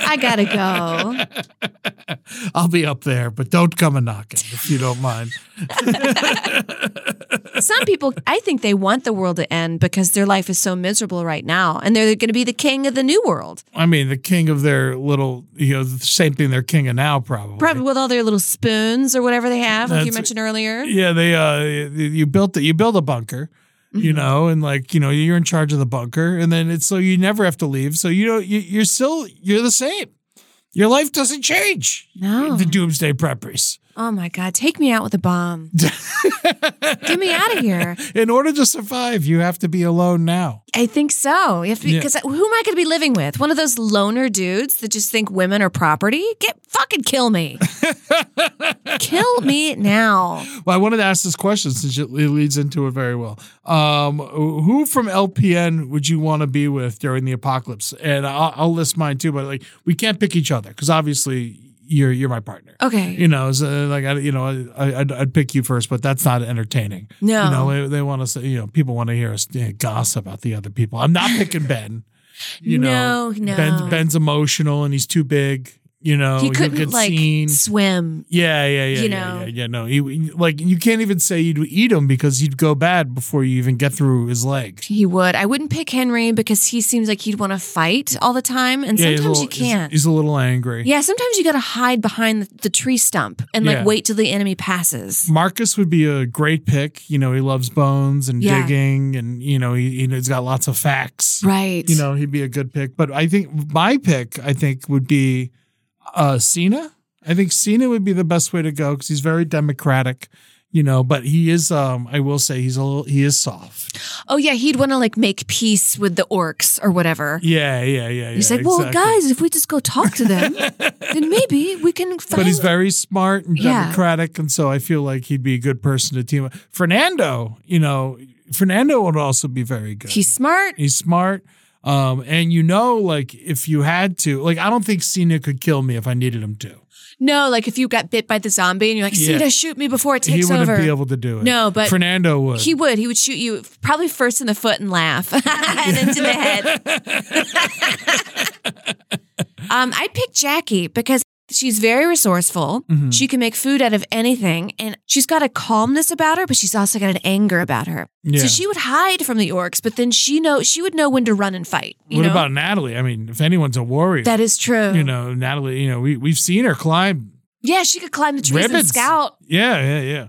I gotta go. i'll be up there but don't come a knocking if you don't mind Some people, I think they want the world to end because their life is so miserable right now, and they're going to be the king of the new world, i mean the king of their little you know the same thing they're king of now probably with all their little spoons or whatever they have, like you That's- mentioned earlier. yeah they uh you- you built the, you build a bunker you know and like you know you're in charge of the bunker and then it's so you never have to leave so you know you, you're still you're the same your life doesn't change No. the doomsday preppers Oh my God, take me out with a bomb. Get me out of here. in order to survive you have to be alone now I think so. You have to be, Yeah. because who am I going to be living with? One of those loner dudes that just think women are property? Get fucking kill me. kill me now. well i wanted to ask this question since it leads into it very well um who from lpn would you want to be with during the apocalypse and i'll, I'll list mine too but like we can't pick each other because obviously you're you're my partner Okay. you know, so like I, you know, I, I'd, I'd pick you first, but that's not entertaining. No. you know, they, they want to say, you know, people want to hear us you know, gossip about the other people. I'm not picking Ben. You know, No, no. Ben's, Ben's emotional and he's too big. you know, he you'll couldn't get like seen. swim. Yeah, yeah, yeah, you yeah, know. yeah, yeah. No, he like you can't even say you'd eat him because he'd go bad before you even get through his leg. He would. I wouldn't pick Henry because he seems like he'd want to fight all the time, and Yeah, he's a sometimes you little- he's- can't. He's, a little angry. yeah, sometimes you got to hide behind the, the tree stump and like Yeah. wait till the enemy passes. Marcus would be a great pick. You know, he loves bones and Yeah. digging, and you know, he, he- he's got lots of facts. Right. You know, he'd be a good pick. But I think my pick, I think, would be uh Cena. I think Cena would be the best way to go because he's very democratic. You know, but he is. Um, I will say he's a little. He is soft. Oh yeah, he'd want to like make peace with the orcs or whatever. Yeah, yeah, yeah. He's yeah, like, well, exactly. guys, if we just go talk to them, then maybe we can. Find But he's very smart and Yeah. democratic, and so I feel like he'd be a good person to team up. Fernando, you know, Fernando would also be very good. He's smart. He's smart. Um, and you know, like if you had to, like I don't think Cena could kill me if I needed him to. No, like if you got bit by the zombie and you're like, Yeah. Sita, shoot me before it he takes wouldn't over. be able to do it. No, but Fernando would. he would. He would shoot you probably first in the foot and laugh, and then to the head. um, I picked Jackie because she's very resourceful. Mm-hmm. She can make food out of anything, and she's got a calmness about her, but she's also got an anger about her. Yeah. So she would hide from the orcs, but then she know she would know when to run and fight. You what know? about Natalie? I mean, if anyone's a warrior, that? Is true. you know, Natalie, you know, we we've seen her climb yeah, she could climb the trees and ribbons. scout. Yeah, yeah, yeah.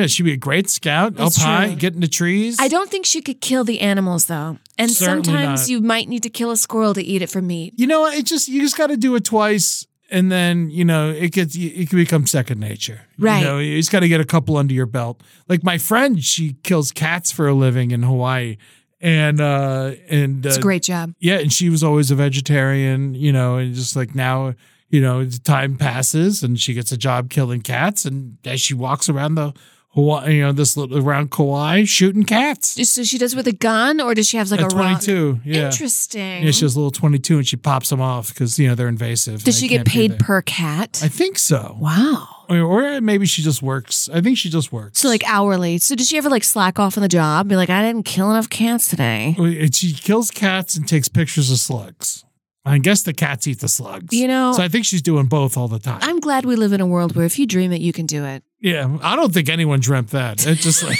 Yeah, she'd be a great scout That's up high, true. get in the trees. I don't think she could kill the animals though. And Certainly sometimes not. you might need to kill a squirrel to eat it for meat. you know, it just you just got to do it twice, and then you know it gets it can become second nature. Right. You know, you just got to get a couple under your belt. Like my friend, she kills cats for a living in Hawaii, and uh and It's uh, a great job. Yeah, and she was always a vegetarian. You know, and just like now. You know, as time passes and she gets a job killing cats, and as she walks around the Hawaii, you know, this little around Kauai shooting cats. So she does it with a gun or does she have like a, a rock? 22. Yeah. Interesting. Yeah, she has a little 22 and she pops them off because, you know, they're invasive. does and she get they can't be paid there. per cat? I think so. wow. Or, or maybe she just works. I think she just works. So like hourly. So does she ever like slack off on the job? Be like, I didn't kill enough cats today. And she kills cats and takes pictures of slugs. I guess the cats eat the slugs. You know- so I think she's doing both all the time. I'm glad we live in a world where if you dream it, you can do it. yeah, I don't think anyone dreamt that. It's just like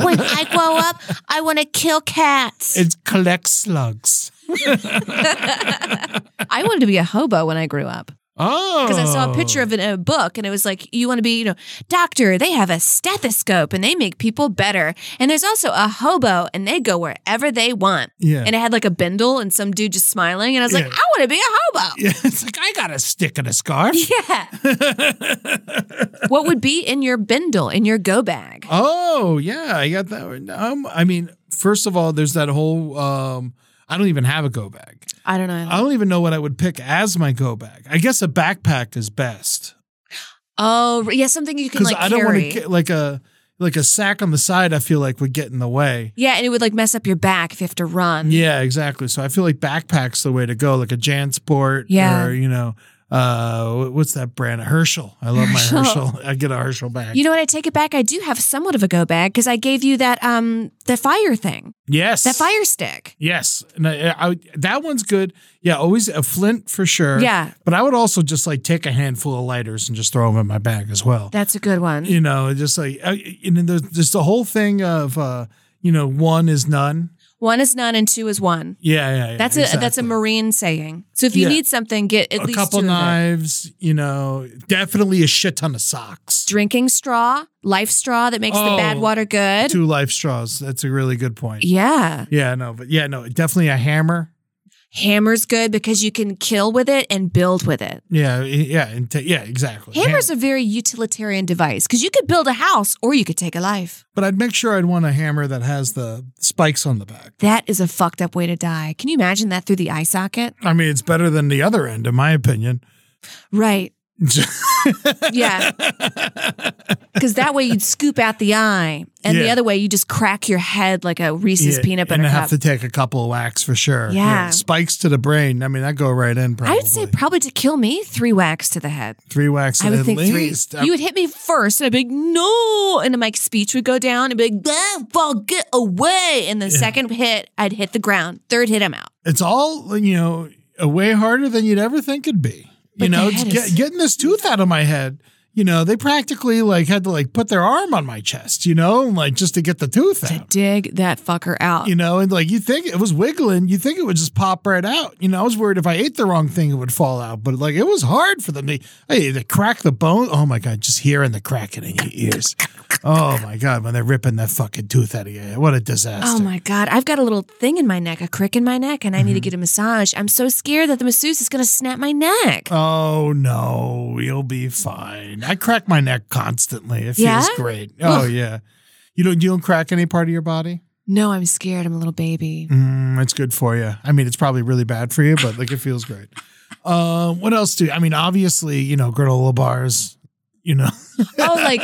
When I grow up, I want to kill cats. it collects slugs. I wanted to be a hobo when I grew up. Oh, because I saw a picture of it in a book and it was like, you want to be, you know, doctor, they have a stethoscope and they make people better. And there's also a hobo and they go wherever they want. Yeah. And it had like a bindle and some dude just smiling. And I was like, I Yeah. want to be a hobo. Yeah, Oh. it's like I got a stick and a scarf. Yeah. what would be in your bindle, in your go bag? Oh yeah, I got that. one. Um, I mean, first of all, there's that whole. Um, I don't even have a go bag. I don't know. I don't even know what I would pick as my go bag. I guess a backpack is best Oh, yeah, something you can because like I don't want carry. to get like a like a sack on the side. I feel like would get in the way. yeah, and it would like mess up your back if you have to run. Yeah, exactly. So I feel like backpacks the way to go, like a JanSport. Yeah. or you know, uh, wh- what's that brand? Herschel. I love Herschel. my Herschel. I get a Herschel bag. You know what? I take it back. I do have somewhat of a go bag because I gave you that um the fire thing, yes, that fire stick. Yes, and I, I, that one's good. Yeah, always a flint for sure. Yeah. but I would also just like take a handful of lighters and just throw them in my bag as well. That's a good one. you know, just like I- and then there's just the whole thing of uh, you know, one is none. One is none and two is one. Yeah, yeah, yeah That's a that's a exactly. marine saying. So if you Yeah. need something, get at a least couple two of it. knives. You know, definitely a shit ton of socks. Drinking straw, life straw that makes the Oh, bad water good. Two life straws. That's a really good point. yeah. Yeah, no, but yeah, no, definitely a hammer. Hammer's good because you can kill with it and build with it. Yeah, yeah, and ta- yeah, exactly. Hammer's a very utilitarian device because you could build a house or you could take a life. but I'd make sure I'd want a hammer that has the spikes on the back. That is a fucked up way to die. Can you imagine that through the eye socket? I mean, it's better than the other end, in my opinion. Right. Yeah. Because that way you'd scoop out the eye. And the Yeah. other way you just crack your head like a Reese's Yeah, peanut butter and I cup. have to take a couple of whacks for sure. Yeah. spikes to the brain. I mean, I go right in. Probably. I would say probably to kill me, three whacks to the head. three whacks I would at think least. three. You would hit me first, and I'd be like, no. And then my speech would go down and be like, "Bah, ball, get away. And the second hit, I'd hit the ground. Third hit, I'm out. it's all you know, uh, way harder than you'd ever think it'd be. you But know, the it's head get, is- getting this tooth out of my head. You know, they practically like had to like put their arm on my chest, you know, and, like just to get the tooth to out. dig that fucker out. You know, and like you think it was wiggling, you think it would just pop right out. You know, I was worried if I ate the wrong thing, it would fall out. But like it was hard for them to, hey, they crack the bone. Oh my God, just hearing the cracking in your ears. Oh my God, when they're ripping that fucking tooth out of your head. What a disaster. Oh my God. I've got a little thing in my neck, a crick in my neck, and I Mm-hmm. need to get a massage. I'm so scared that the masseuse is going to snap my neck. Oh no, you'll be fine. I crack my neck constantly. It feels Yeah? great. Oh yeah. You don't you don't crack any part of your body? No, I'm scared. I'm a little baby. Mm, it's good for you. I mean, it's probably really bad for you, but like it feels great. Uh, what else do I mean? Obviously, you know, granola bars. You know, oh, like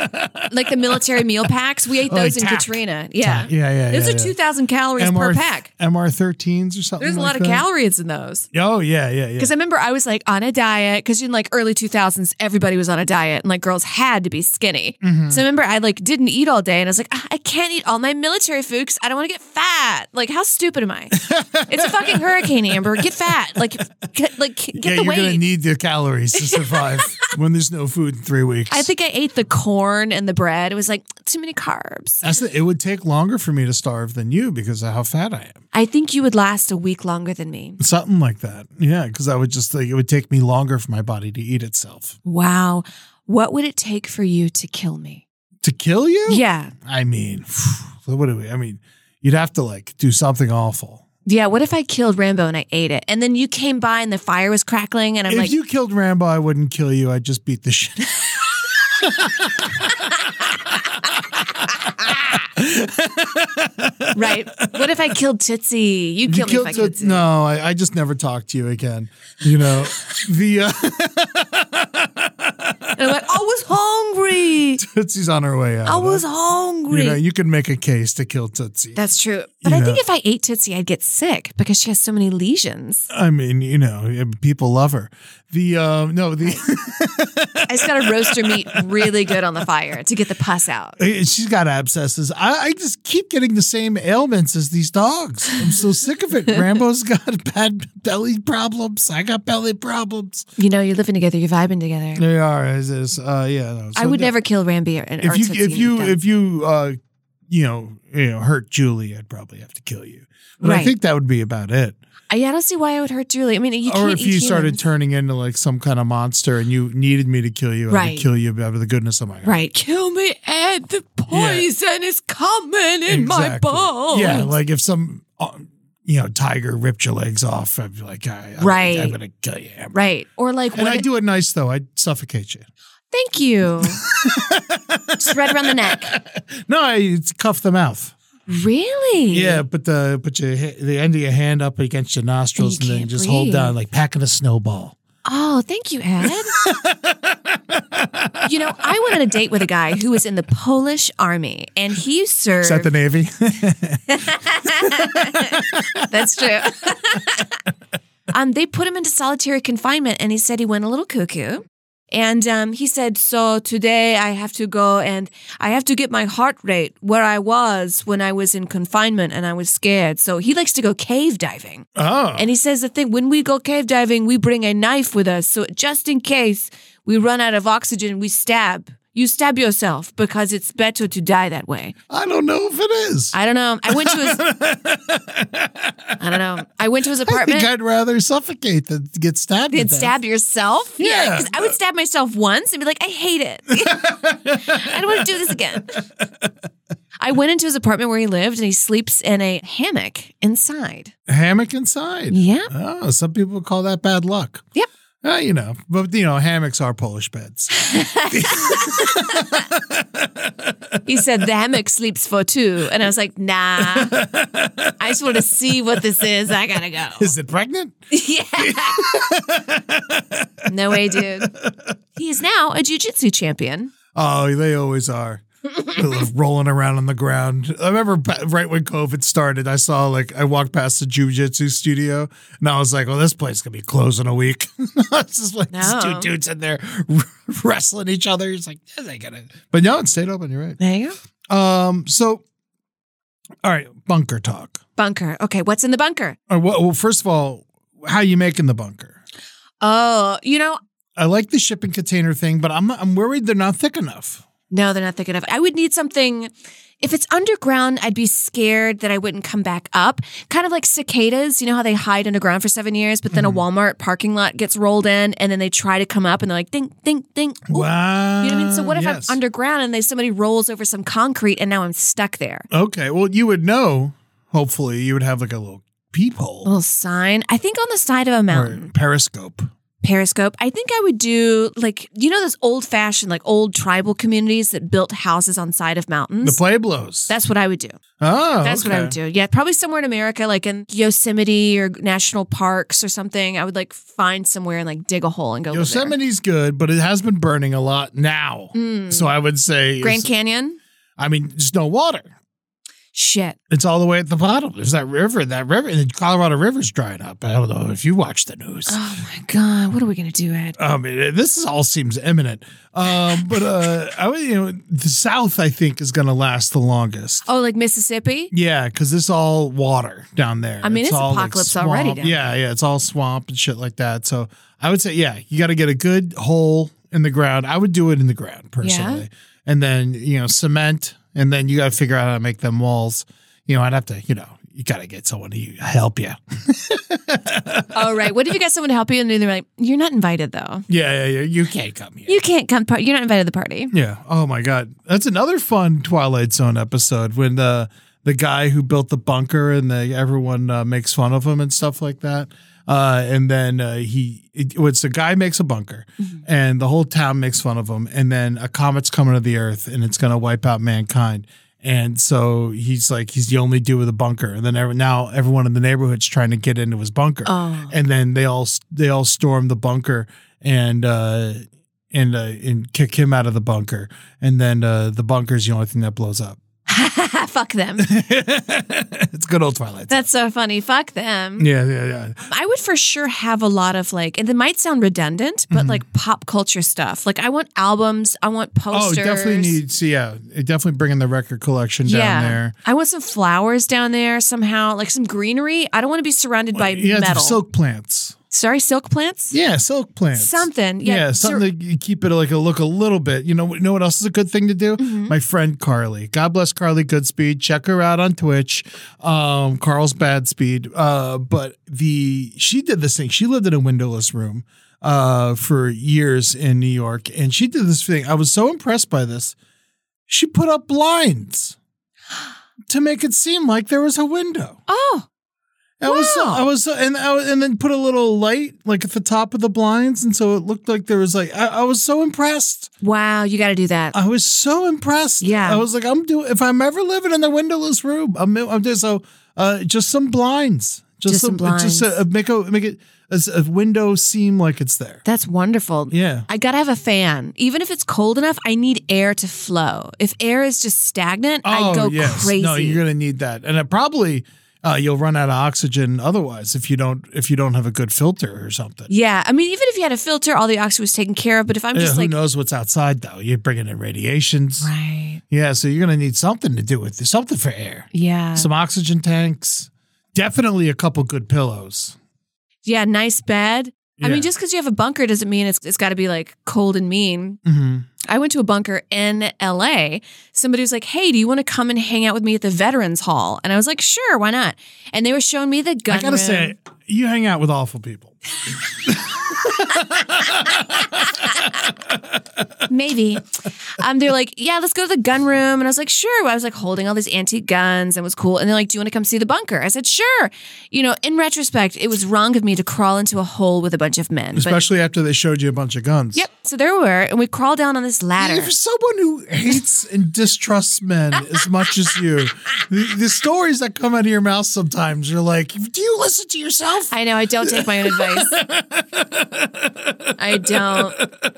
like the military meal packs. We ate Oh, like those in tack. Katrina. Yeah. yeah, yeah. Those yeah, are yeah. 2,000 calories per pack. MR13s or something. There's a lot of like that. calories in those. Oh yeah, yeah, yeah. Because I remember I was like on a diet, because in like early 2000s, everybody was on a diet and like girls had to be skinny. So I remember I like didn't eat all day and I was like, "Ah, I can't eat all my military food because I don't want to get fat. Like, how stupid am I? it's a fucking hurricane, Amber. Get fat. Like, get, like, get yeah, the you're weight. gonna need the calories to survive when there's no food in three weeks. I think I ate the corn and the bread. It was like too many carbs. That's the, it would take longer for me to starve than you because of how fat I am. I think you would last a week longer than me. Something like that. Yeah, because I would just like it would take me longer for my body to eat itself. Wow. What would it take for you to kill me? To kill you? Yeah. I mean, what do we? I mean, you'd have to like do something awful. Yeah. What if I killed Rambo and I ate it? And then you came by and the fire was crackling and I'm if like, you killed Rambo, I wouldn't kill you. I'd just beat the shit. right. What if I killed Tootsie? You You killed, me if I Toot- killed Tootsie. no, I, I just never talked to you again. You know, the uh, And I'm like, I was hungry. Tootsie's on her way out. I was You hungry. know, you can make a case to kill Tootsie. That's true. But I Yeah. think if I ate Tootsie, I'd get sick because she has so many lesions. I mean, you know, eh, people love her. The um, no, the. I just got to roast her meat really good on the fire to get the pus out. Uh, She's got abscesses. I, I just keep getting the same ailments as these dogs. I'm so sick of it. Rambo's got bad belly problems. I got belly problems. You know, you're living together, you're vibing together. They are. Is this? Uh, yeah. No. I So would no- never kill Rambi or, or If you Tootsie if you Done. if you uh, you know you know hurt Julie, I'd probably have to kill you. But I Right. think that would be about it. I, Uh, yeah, I don't see why I would hurt Julie. I mean, you or can't if eat you started humans. turning into like some kind of monster and you needed me to kill you, I Right. would kill you out of the goodness of my heart. right, kill me, Ed. The poison is coming in my Exactly. bones. Yeah, like if some um, you know tiger ripped your legs off, I'd be like, I, I, Right. I'm gonna kill you. Amber. right, or like And what? I do it nice though. I'd suffocate you. Thank you. Just right around the neck. No, I it's cuff the mouth. Really? Yeah, put the put your ha- the end of your hand up against your nostrils and, And you then can't just hold breathe. down like packing a snowball. Oh, thank you, Ed. you know, I went on a date with a guy who was in the Polish army, and he served. Is that the navy? That's true. um, they put him into solitary confinement, and he said he went a little cuckoo. And um, he said, "So today I have to go and I have to get my heart rate where I was when I was in confinement and I was scared." So he likes to go cave diving, oh, and he says the thing: when we go cave diving, we bring a knife with us, so just in case we run out of oxygen, we stab. You stab yourself because it's better to die that way. I don't know if it is. I, I don't know. I went to his. I don't know. I went to his think apartment. I'd rather suffocate than get stabbed. You'd to death. stab yourself. Yeah. 'cause I would stab myself once and be like, I hate it. I don't want to do this again. I went into his apartment where he lived, and he sleeps in a hammock inside. hammock inside. Yeah. Oh, some people call that bad luck. Yep. Uh, you know, but you know, hammocks are Polish beds. He said the hammock sleeps for two, and I was like, Nah. I just want to see what this is. I gotta go. Is it pregnant? yeah. no way, dude. He is now a jujitsu champion. Oh, they always are. rolling around on the ground. I remember pa- right when COVID started, I saw like I walked past the jujitsu studio, and I was like, "Well, this place could be closed in a week." it's just like these two No. dudes in there wrestling each other. It's like, "This ain't gonna." But no, it stayed open. You're right. There you go. Um. So, all right, bunker talk. Uh, Bunker. Okay, what's in the bunker? All right, well, well, first of all, how you making the bunker? Oh, you know, I like the shipping container thing, but I'm I'm worried they're not thick enough. No, they're not thick enough. I would need something. If it's underground, I'd be scared that I wouldn't come back up. Kind of like cicadas. You know how they hide underground for seven years, but then Mm-hmm. a Walmart parking lot gets rolled in, and then they try to come up, and they're like, "Dink, dink, dink." Ooh. Wow. You know what I mean? So what if yes. I'm underground and then somebody rolls over some concrete, and now I'm stuck there? Okay. Well, you would know. Hopefully, you would have like a little A peephole little sign. I think on the side of a mountain. or periscope. Periscope. I think I would do like you know those old fashioned like old tribal communities that built houses on side of The mountains. pueblos. That's what I would do. oh, That's what I would okay. do. Yeah, probably somewhere in America, like in Yosemite or national parks or something. I would like find somewhere and like dig a hole and go. live there. Yosemite's good, but it has been burning a lot now. So I would say Mm. Grand is- Canyon. I mean, there's no water. Shit. It's all the way at the bottom. There's that river. That river, the Colorado River's dried up. I don't know if you watch the news. Oh my god. What are we gonna do, Ed? I mean, this is all seems imminent. Um, but uh, I would, you know, the South, I think, is going to last the longest. Oh, like Mississippi. Yeah, because it's all water down there. I mean, it's all, apocalypse swamp. already down yeah, yeah, it's all swamp and shit like that. So I would say, yeah, you got to get a good hole in the ground. I would do it in the ground personally, and then you know cement, and then you got to figure out how to make them walls. You know, I'd have to, you know, you got to get someone to help you. Oh right. What if you got someone to help you and then they're like, "You're not invited though. Yeah, yeah, yeah. You can't come here. You can't come. Part- you're not invited to the party." Yeah. Oh my God. That's another fun Twilight Zone episode when the the guy who built the bunker and the, everyone uh, makes fun of him and stuff like that. Uh, and then uh, he, it, it's a guy makes a bunker, and the whole town makes fun of him. And then a comet's coming to the Earth, and it's gonna wipe out mankind. And so he's like, he's the only dude with a bunker. And then every, now everyone in the neighborhood's trying to get into his bunker. And then they all they all storm the bunker, and uh, and uh, and kick him out of the bunker, and then uh, the bunker's the only thing that blows up. Fuck them. it's good old Twilight. Zone. That's so funny. Fuck them. yeah, yeah, yeah. I would for sure have a lot of like, and it might sound redundant, but Mm-hmm. like pop culture stuff. Like I want albums, I want Oh, posters. definitely need. So yeah, it definitely bringing the record collection down yeah. there. I want some flowers down there somehow, like some greenery. I don't want to be surrounded by yeah, some metal. silk plants. Sorry, silk plants. Yeah, silk plants. Something, yeah, something that you keep it like a look a little bit. You know, you know what else is a good thing to do? Mm-hmm. My friend Carly. God bless Carly Goodspeed. Check her out on Twitch. Um, Carl's Bad Speed. Uh, but the she did this thing. She lived in a windowless room uh for years in New York, and she did this thing. I was so impressed by this. She put up blinds to make it seem like there was a window. Oh, I was so, Wow. I was so, and I was, and then put a little light like at the top of the blinds, and so it looked like there was like I, I was so impressed. wow, you got to do that. I was so impressed. Yeah. I was like, I'm doing if I'm ever living in the windowless room, I'm I'm just so uh, just some blinds, just, Just some just uh, make a make it a, s- a window seem like it's there. That's wonderful. Yeah. I got to have a fan. Even if it's cold enough, I need air to flow. If air is just stagnant, I go crazy. Oh, No, you're gonna need that, and it probably uh, you'll run out of oxygen otherwise if you don't if you don't have a good filter or something. Yeah, I mean, even if you had a filter, all the oxygen was taken care of. But if I'm Yeah, just who like, knows what's outside though? You're bringing in radiations. right, Yeah, so you're gonna need something to do with this, something for air, yeah, some oxygen tanks, definitely a couple good pillows. yeah, nice bed. I Yeah. mean, just because you have a bunker doesn't mean it's it's got to be like cold and mean. Mm-hmm. I went to a bunker in L.A. Somebody was like, "Hey, do you want to come and hang out with me at the Veterans Hall?" And I was like, "Sure, why not?" And they were showing me the gun. I gotta room. say, you hang out with awful people. Maybe. Um, they're like, yeah, let's go to the gun room. And I was like, sure. Well, I was like holding all these antique guns and it was cool. And they're like, do you want to come see the bunker? I said, sure. You know, in retrospect, it was wrong of me to crawl into a hole with a bunch of men. But, Especially after they showed you a bunch of guns. yep. So there we were. And we crawled down on this ladder. For someone who hates and distrusts men as much as you, the, the stories that come out of your mouth sometimes are like, do you listen to yourself? I know. I don't take my own advice. I don't.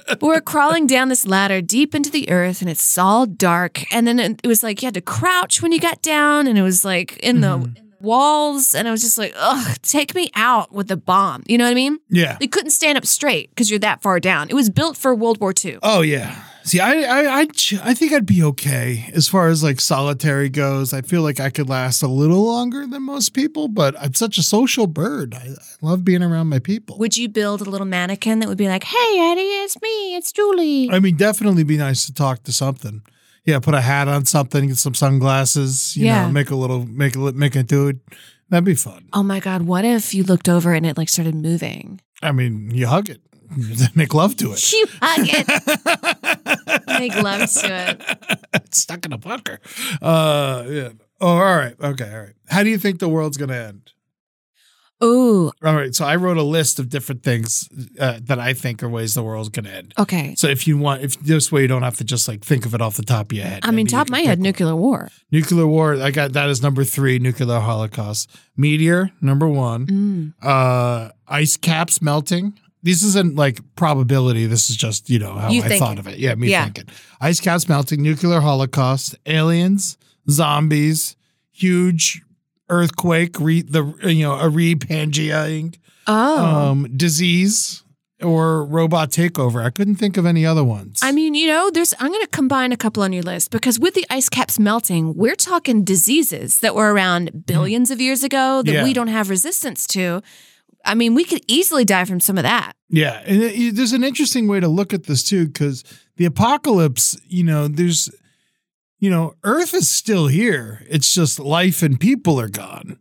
But we're crawling down this ladder deep into the earth, and it's all dark. And then it was like you had to crouch when you got down, and it was like in the in the Mm-hmm. walls. And I was just like, ugh, take me out with the bomb. You know what I mean? Yeah. You couldn't stand up straight because you're that far down. It was built for World War II. Oh yeah. See, I, I, I, ch- I think I'd be okay as far as like solitary goes. I feel like I could last a little longer than most people, but I'm such a social bird. I, I love being around my people. Would you build a little mannequin that would be like, hey, Eddie, it's me, it's Julie? I mean, definitely be nice to talk to something. Yeah, put a hat on something, get some sunglasses. You Yeah. know, make a little, make a li- make a dude. That'd be fun. Oh my God, what if you looked over and it like started moving? I mean, you hug it, make love to it. Shoot, hug it. Make love to it. It's stuck in a bunker. Uh, yeah. Oh, all right. Okay. All right. How do you think the world's gonna end? Ooh, All right. So I wrote a list of different things uh, that I think are ways the world's gonna end. okay. So if you want, if this way you don't have to just like think of it off the top of your head. I mean, Maybe you top of can my pick head, one. nuclear war. Nuclear war. I got that is number three. Nuclear holocaust. Meteor number one. Mm. Uh, ice caps melting. This isn't like probability. This is just you know how You I thinking. thought of it. Yeah, me Yeah. thinking. Ice caps melting. Nuclear holocaust. Aliens. Zombies. Huge earthquake. Re, the you know a re Pangeaing. Oh. Um, disease or robot takeover. I couldn't think of any other ones. I mean, you know, there's. I'm going to combine a couple on your list because with the ice caps melting, we're talking diseases that were around billions of years ago that Hmm. Yeah. we don't have resistance to. I mean, we could easily die from some of that. Yeah, and it, it- there's an interesting way to look at this too, because the apocalypse, you know, there's, you know, Earth is still here. It's just life and people are gone.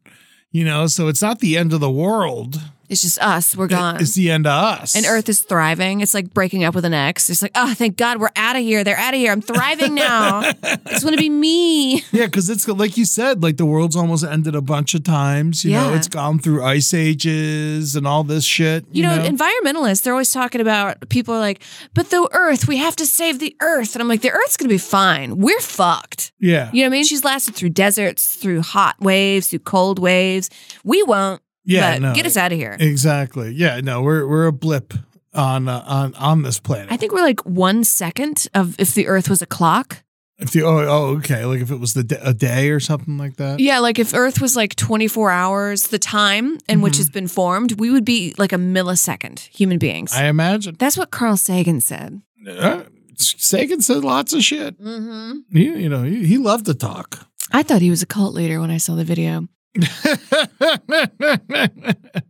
You know, so it's not the end of the world. It's just us. We're It- gone. It's the end of us. and Earth is thriving. It's like breaking up with an ex. It's like, oh, thank God we're out of here. They're out of here. I'm thriving now. it's going to be me. Yeah, because it's like you said, like the world's almost ended a bunch of times. You know, Yeah. it's gone through ice ages and all this shit. You know, environmentalists, they're always talking about people are like, but the Earth, we have to save the Earth. And I'm like, the Earth's going to be fine. We're fucked. yeah, You know what I mean? She's lasted through deserts, through hot waves, through cold waves. We won't. yeah. but no, get us out of here. Exactly. Yeah. No, we're we're a blip on uh, on on this planet. I think we're like one second of if the Earth was a clock. If the oh, oh okay, like if it was the d- a day or something like that. Yeah, like if Earth was like 24 hours, the time in which Mm-hmm. it's been formed, we would be like a millisecond human beings. I imagine. That's what Carl Sagan said. Uh, Sagan said lots of shit. Mm-hmm. He, you know, he, he loved to talk. I thought he was a cult leader when I saw the video. Eddie,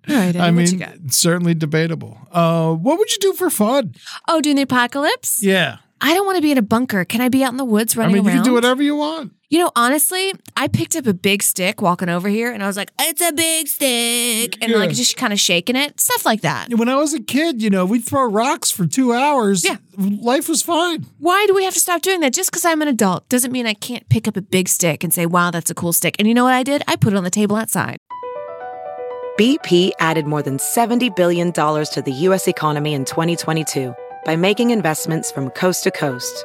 I what mean, you got? certainly debatable. Uh, what would you do for fun? Oh, during the apocalypse? Yeah, I don't want to be in a bunker. Can I be out in the woods I running mean, you around? can do whatever you want. You know, honestly, I picked up a big stick walking over here and I was like, it's a big stick. And like Yeah. just kind of shaking it, stuff like that. When I was a kid, you know, we'd throw rocks for two hours. Yeah. life was fine. Why do we have to stop doing that? Just because I'm an adult doesn't mean I can't pick up a big stick and say, wow, that's a cool stick. And you know what I did? I put it on the table outside. BP added more than $70 billion to the U.S. economy in 2022 by making investments from coast to coast.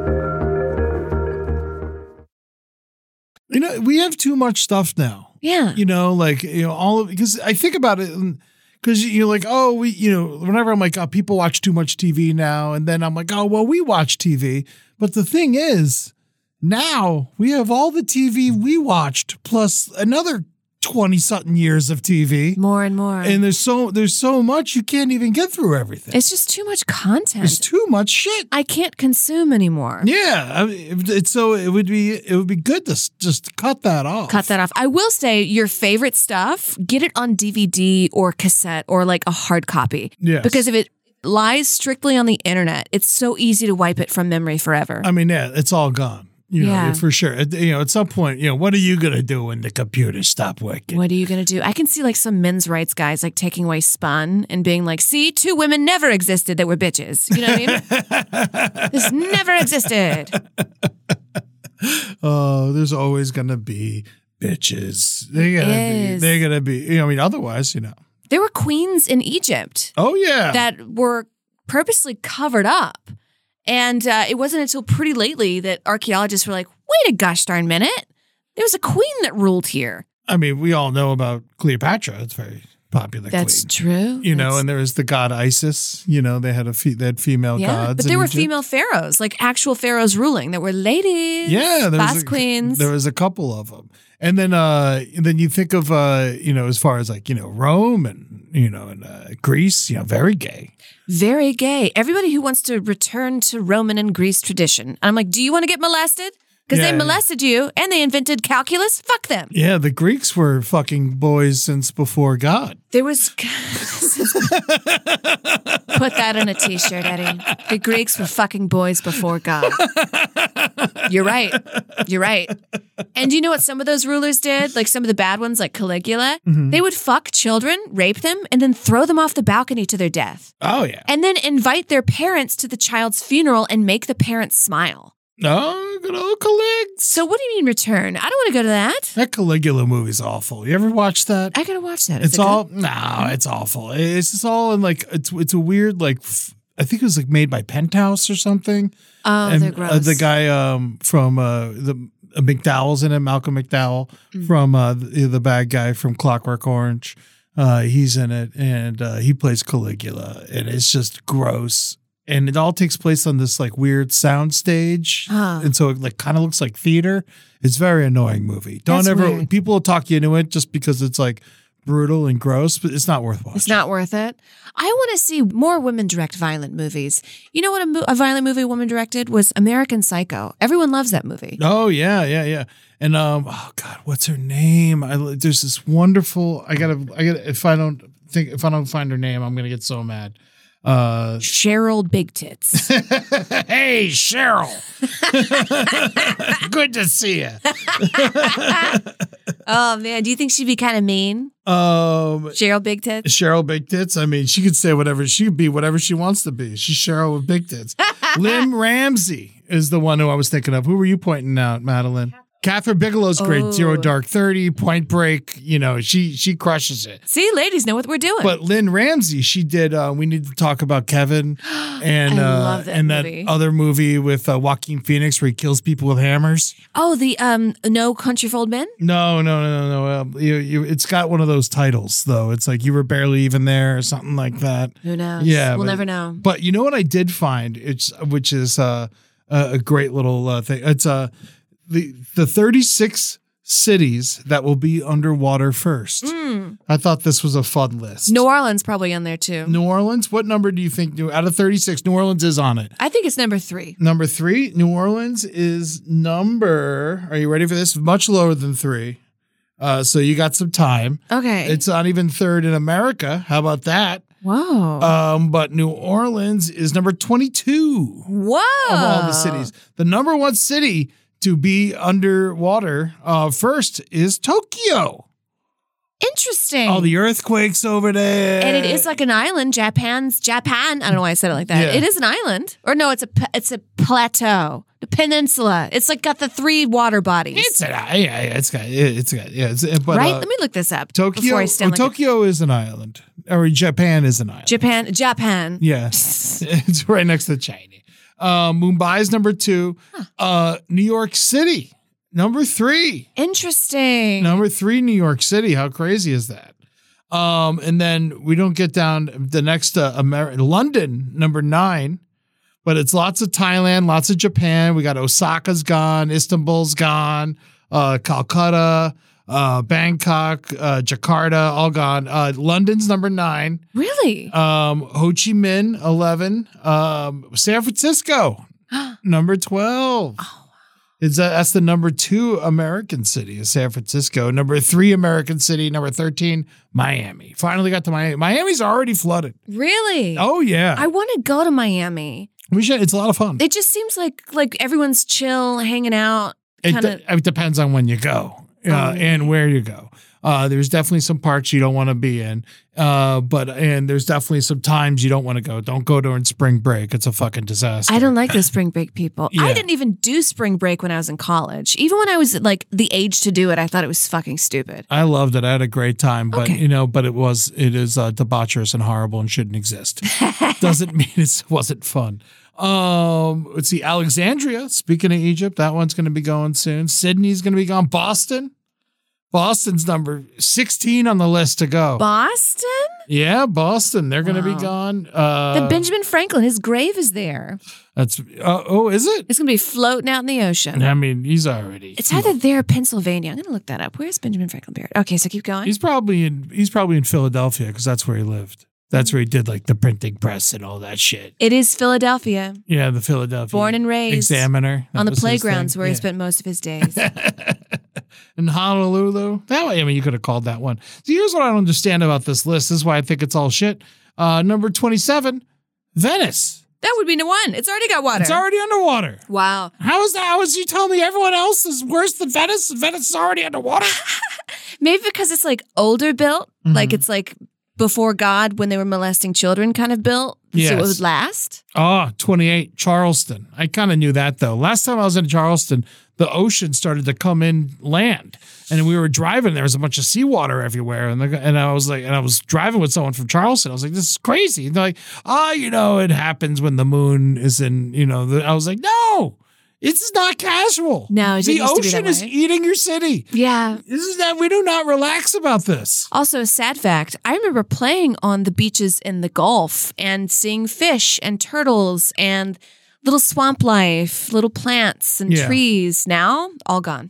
You know, we have too much stuff now. Yeah. you know, like you know, all of because I think about it because you're like, oh, we, you know, whenever I'm like, oh, people watch too much TV now, and then I'm like, oh, well, we watch TV, but the thing is, now we have all the TV we watched plus another twenty something years of TV, More and more. and there's so there's so much you can't even get through everything. it's just too much content. there's too much shit. I can't consume anymore. Yeah, I mean, it's so it would be it would be good to s- just cut that off. Cut that off. I will say your favorite stuff, get it on DVD or cassette or like a hard copy. Yes. Because if it lies strictly on the internet, it's so easy to wipe it from memory forever. I mean, yeah, it's all gone. You know, Yeah. for sure. At, you know, at some point, you know, what are you gonna do when the computers stop working? What are you going to do? I can see like some men's rights guys like taking away spun and being like, see, two women never existed that were bitches. You know what I mean? this never existed. Oh, there's always gonna be bitches. They're gonna be. Yes. They're gonna be. You know, I mean, otherwise, you know. There were queens in Egypt Oh yeah. that were purposely covered up. And uh, it wasn't until pretty lately that archaeologists were like, wait a gosh darn minute. There was a queen that ruled here. I mean, we all know about Cleopatra. It's a very popular. That's queen. true. You know, That's- and there was the god Isis. You know, they had a fe- they had female gods. but there in were Egypt. female pharaohs, like actual pharaohs ruling. There were ladies, Yeah, there boss was a, queens. There was a couple of them, and then uh, and then you think of uh, you know, as far as like you know, Rome and you know, and uh, Greece. You know, very gay. Very gay. Everybody who wants to return to Roman and Greece tradition. I'm like, do you want to get molested? Because Yeah. they molested you and they invented calculus. Fuck them. Yeah, the Greeks were fucking boys since before God. There was. Put that on a t shirt, Eddie. The Greeks were fucking boys before God. You're right. You're right. And do you know what some of those rulers did? Like some of the bad ones, like Caligula, Mm-hmm. they would fuck children, rape them, and then throw them off the balcony to their death. Oh yeah. And then invite their parents to the child's funeral and make the parents smile. Oh, good old Calig. So, what do you mean return? I don't want to go to that. That Caligula movie's awful. You ever watch that? I got to watch that. Is it's it good? all no, it's awful. It's just all in like it's it's a weird like f- I think it was like made by Penthouse or something. Oh, and, they're uh, gross. the guy um, from uh, the uh, McDowell's in it, Malcolm McDowell Mm. from uh, the, the bad guy from Clockwork Orange. Uh, he's in it, and uh, he plays Caligula, and it's just gross. And it all takes place on this like weird soundstage, Huh. and so it like kind of looks like theater. It's a very annoying movie. Don't That's ever weird. people will talk you into it just because it's like brutal and gross, but it's not worth watching. It's not worth it. I want to see more women direct violent movies. You know what a, mo- a violent movie a woman directed was American Psycho. Everyone loves that movie. Oh yeah, yeah, yeah. And um, oh god, what's her name? I there's this wonderful. I gotta, I gotta. If I don't think, if I don't find her name, I'm gonna get so mad. Uh, Cheryl Big Tits. hey Cheryl, good to see you. oh man, do you think she'd be kind of mean, Um, Cheryl Big Tits? Cheryl Big Tits. I mean, she could say whatever she could be, whatever she wants to be. She's Cheryl with Big Tits. Lim Ramsey is the one who I was thinking of. Who were you pointing out, Madeline? Catherine Bigelow's great. Zero Oh. Dark Thirty, Point Break. You know, she she crushes it. See, ladies know what we're doing. But Lynn Ramsey, she did. Uh, we need to talk about Kevin and I uh, love that and movie. that other movie with uh, Joaquin Phoenix where he kills people with hammers. oh, the um, No Country for Old Men. No, no, no, no, no. Um, you, you, it's got one of those titles though. It's like you were barely even there or something like that. Who knows? Yeah, we'll but- never know. But you know what I did find, it's which is uh, a a great little uh, thing. It's uh, the the thirty six cities that will be underwater first. Hmm. I thought this was a fun list. New Orleans probably on there too. New Orleans. What number do you think? Out of 36, New Orleans is on it. I think it's number three. Number three, New Orleans is number. Are you ready for this? Much lower than three. Uh, so you got some time. Okay. It's not even third in America. How about that? Whoa. Um, but New Orleans is number 22 Whoa. of all the cities. The number one city to be underwater uh, first is Tokyo. Interesting. All the earthquakes over there. and it is like an island. Japan's Japan. I don't know why I said it like that. Uh, Yeah. It is an island, or no, it's a p- it's a plateau, the peninsula. It's like got the three water bodies, It's an yeah, yeah, it's got it's got yeah. It's, but, right? uh, Let me look this up. Tokyo. Before I stand oh, like a- Tokyo is an island, or Japan is an island. Japan, Japan. Yeah, it's right next to China. Uh, Mumbai is number two. Uh, New York City, number three. Interesting. Number three, New York City. How crazy is that? Um, and then we don't get down the next uh, Amer- London, number nine. But it's lots of Thailand, lots of Japan. We got Osaka's gone, Istanbul's gone, uh, Calcutta, uh, Bangkok, uh, Jakarta, all gone. Uh, London's number nine. Really? Um, Ho Chi Minh, 11. Um, San Francisco, number 12. Oh, Is that, that's the number two American city is San Francisco. Number three American city. Number 13, Miami. Finally got to Miami. Miami's already flooded. really? Oh, yeah. I want to go to Miami. We should. It's a lot of fun. It just seems like like everyone's chill, hanging out. It, kinda- Oh, de- it depends on when you go uh, and where you go. Uh, there's definitely some parts you don't want to be in, uh, but and there's definitely some times you don't want to go. Don't go during spring break; it's a fucking disaster. I don't like the spring break people. Yeah. I didn't even do spring break when I was in college. Even when I was like the age to do it, I thought it was fucking stupid. I loved it. I had a great time, but Okay. you know, but it was it is uh, debaucherous and horrible and shouldn't exist. Doesn't mean it wasn't fun. Um, let's see, Alexandria. Speaking of Egypt, that one's going to be going soon. Sydney's going to be gone. Boston. Boston's number sixteen on the list to go. Boston? yeah, Boston. They're going to be gone. Uh, then Benjamin Franklin, his grave is there. that's uh, oh, is it? It's gonna be floating out in the ocean. I mean, he's already. It's either there or Pennsylvania. I'm gonna look that up. Where's Benjamin Franklin buried? Okay, so keep going. He's probably in. He's probably in Philadelphia because that's where he lived. Mm. That's where he did like the printing press and all that shit. It is Philadelphia, Yeah, the Philadelphia. Born and raised. Examiner. That on the was his playgrounds thing. where he Yeah. spent most of his days. In Honolulu. That way, I mean, you could have called that one. So here's what I don't understand about this list. This is why I think it's all shit. Uh, number 27, Venice. that would be the one. It's already got water. It's already underwater. wow. How is that? How is you tell me everyone else is worse than Venice? and Venice is already underwater? Maybe because it's like older built, Mm-hmm. like it's like before God when they were molesting children kind of built. So it Yes. would last. Ah, 28, Charleston. I kind of knew that though. Last time I was in Charleston, the ocean started to come in land. And we were driving, there was a bunch of seawater everywhere. And, the, and I was like, and I was driving with someone from Charleston. I was like, this is crazy. And they're like, ah, you know, it happens when the moon is in, you know, the, I was like, no, this is not casual. No, it the didn't used to be that ocean is way. eating your city. Yeah. This is that we do not relax about this. Also, a sad fact I remember playing on the beaches in the Gulf and seeing fish and turtles and little swamp life, little plants and Yeah. Mm-hmm. trees. Now, all gone.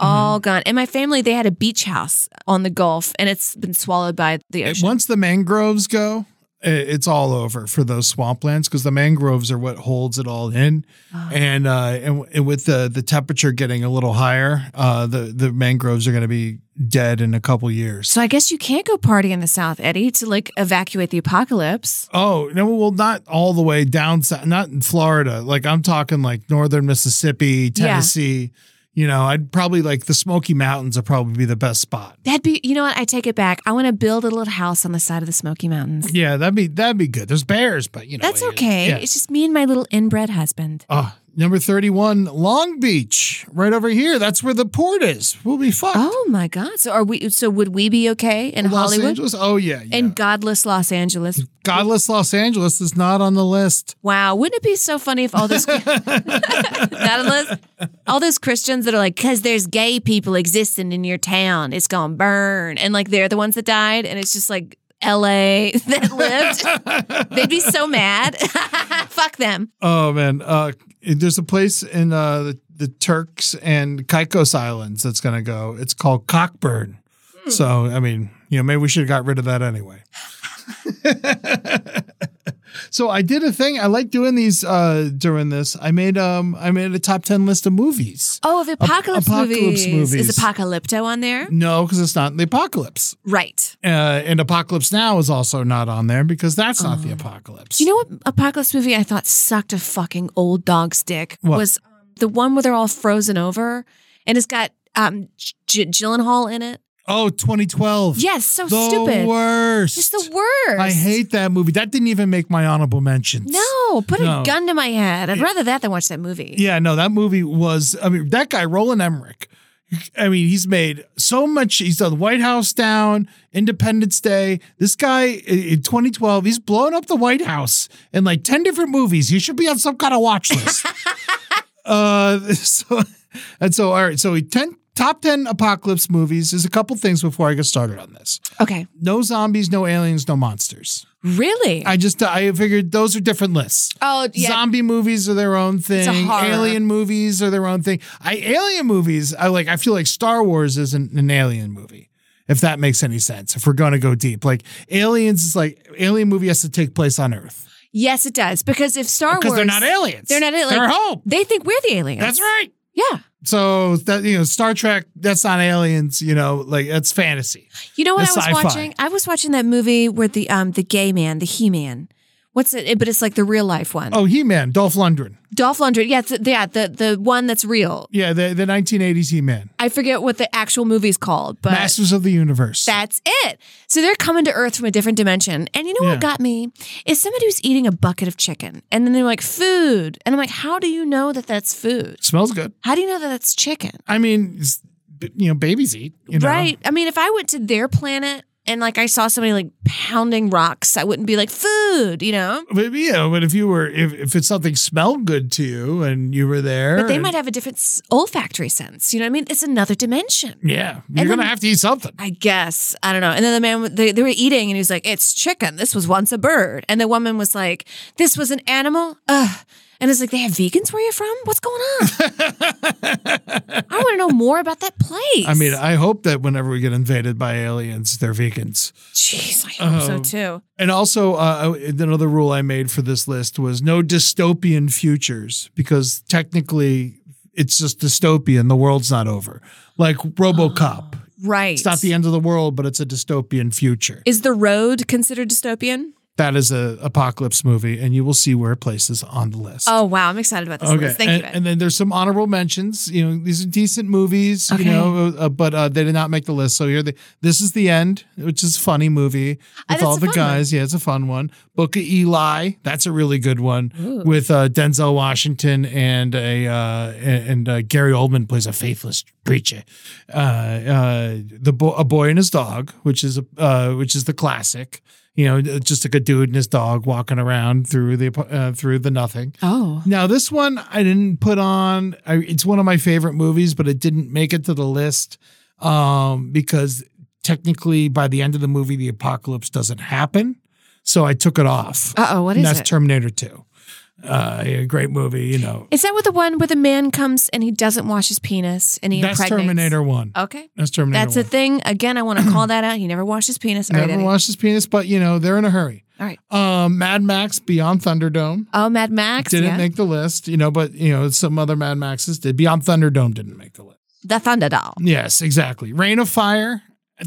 All gone. And my family, they had a beach house on the Gulf and it's been swallowed by the It- ocean. once the mangroves go, i- it's all over for those swamplands because the mangroves are what holds it all in, Ah. and uh, and, w- and with the the temperature getting a little higher, uh, the the mangroves are going to be dead in a couple years. so I guess you can't go party in the South, Eddie, to like evacuate the apocalypse. Oh no! Well, not all the way down, sou- not in Florida. Like I'm talking like northern Mississippi, Tennessee. You know, I'd probably like the Smoky Mountains would probably be the best spot. That'd be, you know what? I take it back. I want to build a little house on the side of the Smoky Mountains. Yeah, that'd be that'd be good. There's bears, but you know That's it- okay. yeah. It's just me and my little inbred husband. Ah, number 31, Long Beach, right over here. That's where the port is. We'll be fucked. Oh my God! So are we? So would we be okay in Los Hollywood Angeles? Oh, yeah. yeah. in godless Los Angeles? Godless Los Angeles is not on the list. Wow! Wouldn't it be so funny if all those godless, all those Christians that are like, because there's gay people existing in your town, it's gonna burn, and like they're the ones that died, and it's just like L.A. that lived. They'd be so mad. Fuck them. Oh, man. Uh, there's a place in uh, the, the Turks and Caicos Islands that's going to go. It's called Cockburn. Hmm. So, I mean, you know, maybe we should have got rid of that anyway. so I did a thing. I like doing these uh during this. I made um I made a top 10 list of movies. Oh, of apocalypse, apocalypse movies. movies. Is Apocalypto on there? No, because it's not the apocalypse. Right. Uh, and Apocalypse Now is also not on there because that's not the apocalypse. Do Oh. you know what apocalypse movie I thought sucked a fucking old dog's dick? What? Was um, the one where they're all frozen over and it's got um G- Gyllenhaal in it. Oh, 2012. Yes, so the stupid. worst. Just the worst. I hate that movie. That didn't even make my honorable mentions. No, put No. a gun to my head. I'd rather that than watch that movie. Yeah, no, that movie was. I mean, that guy Roland Emmerich. I mean, he's made so much. He's done White House Down, Independence Day. This guy in in 2012, he's blown up the White House in like 10 different movies. He should be on some kind of watch list. uh, so, and so, all right. So, he 10 top 10 apocalypse movies. There's a couple things before I get started on this Okay. no zombies, no aliens, no monsters. Really? I just I figured those are different lists. Oh, yeah. Zombie movies are their own thing. a horror. Alien movies are their own thing. I alien movies, I like I feel like Star Wars isn't an alien movie. If that makes any sense. If we're going to go deep, like aliens is like alien movie has to take place on Earth. yes, it does. Because if Star Because Wars they're not aliens. They're not aliens. They're home. They think we're the aliens. That's right. Yeah. So that you know, Star Trek, that's not aliens, you know, like that's fantasy. You know what I It's was sci-fi. watching? I was watching that movie where the um the gay man, the He Man, What's it? But it's like the real life one. Oh, He Man, Dolph Lundgren. Dolph Lundgren. Yeah, it's, yeah, the the one that's real. Yeah, the, the 1980s He Man. I forget what the actual movie's called, but Masters of the Universe. that's it. So they're coming to Earth from a different dimension. And you know Yeah. what got me? Is somebody who's eating a bucket of chicken and then they're like, food. And I'm like, how do you know that that's food? Smells good. How do you know that that's chicken? I mean, it's- you know, babies eat. You know? Right. I mean, if I went to their planet and like I saw somebody like pounding rocks, I wouldn't be like, food, you know? But yeah, but if you were, if, if it's something smelled good to you and you were there. But they and- might have a different s- olfactory sense. You know what I mean? It's another dimension. Yeah, you're going to then- have to eat something. I guess. I don't know. And then the man, they, they were eating and he was like, it's chicken. This was once a bird. And the woman was like, this was an animal. Ugh. And it's like, they have vegans where you're from? What's going on? I want to know more about that place. I mean, uh, I hope that whenever we get invaded by aliens, they're vegans. jeez, I hope so Um, too. And also, uh, another rule I made for this list was no dystopian futures because technically it's just dystopian. The world's not over. Like Robocop. Oh, Right. It's not the end of the world, but it's a dystopian future. Is the road considered dystopian? That is a apocalypse movie, and you will see where it places on the list. Oh, wow. I'm excited about this Okay, list. Thank and, you. Ben. and then there's some honorable mentions. You know, these are decent movies. Okay. You know, uh, but uh, they did not make the list. So here, they, this is the end, which is a funny movie with Oh, that's all a the fun one. guys. Yeah, it's a fun one. Book of Eli, that's a really good one with uh, Denzel Washington and a uh, and uh, Gary Oldman plays a faithless preacher. Uh, uh, the bo- a boy and his dog, which is a uh, which is the classic. You know, just like a dude and his dog walking around through the uh, through the nothing. oh. Now this one I didn't put on. I, it's one of my favorite movies, but it didn't make it to the list um, because technically, by the end of the movie, the apocalypse doesn't happen. So I took it off. Uh oh. What and is that's it? Terminator Two. Uh, yeah, great movie, you know. Is that with the one where the man comes and he doesn't wash his penis and he That's impregnates? Terminator One. Okay. That's Terminator. That's a thing. Again, I want to call that out. He never washed his penis. All right, Never Eddie. watched his penis, but you know they're in a hurry. All right. Um, Mad Max Beyond Thunderdome Oh, Mad Max. didn't yeah. make the list, you know, but you know some other Mad Maxes did. Beyond Thunderdome didn't make the list. the Thunder Doll. Yes, exactly. Rain of Fire.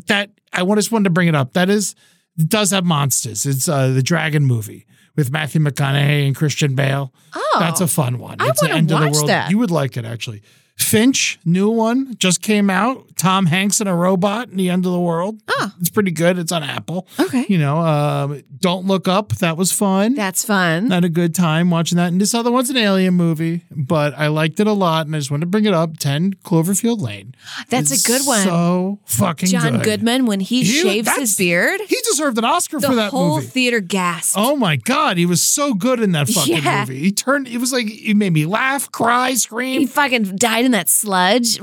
That I wa- just wanted to bring it up. That is does have monsters. It's uh, the Dragon movie with Matthew McConaughey and Christian Bale. Oh. that's a fun one. I the wanna watch that. You would like it actually. Finch, new one just came out. Tom Hanks and a robot in the end of the world. Oh. it's pretty good. It's on Apple. Okay. You know, um, Don't Look Up. That was fun That's fun. had a good time watching that. And this other one's an alien movie, but I liked it a lot, and I just wanted to bring it up. Ten Cloverfield Lane. That's It's a good one. So fucking John good. Goodman, when he You- shaves that's- his beard, He deserved an Oscar the for that whole movie. theater gasped. Oh my god, he was so good in that fucking Yeah. movie. He turned. It was like he made me laugh, cry, He scream. fucking died in that sludge.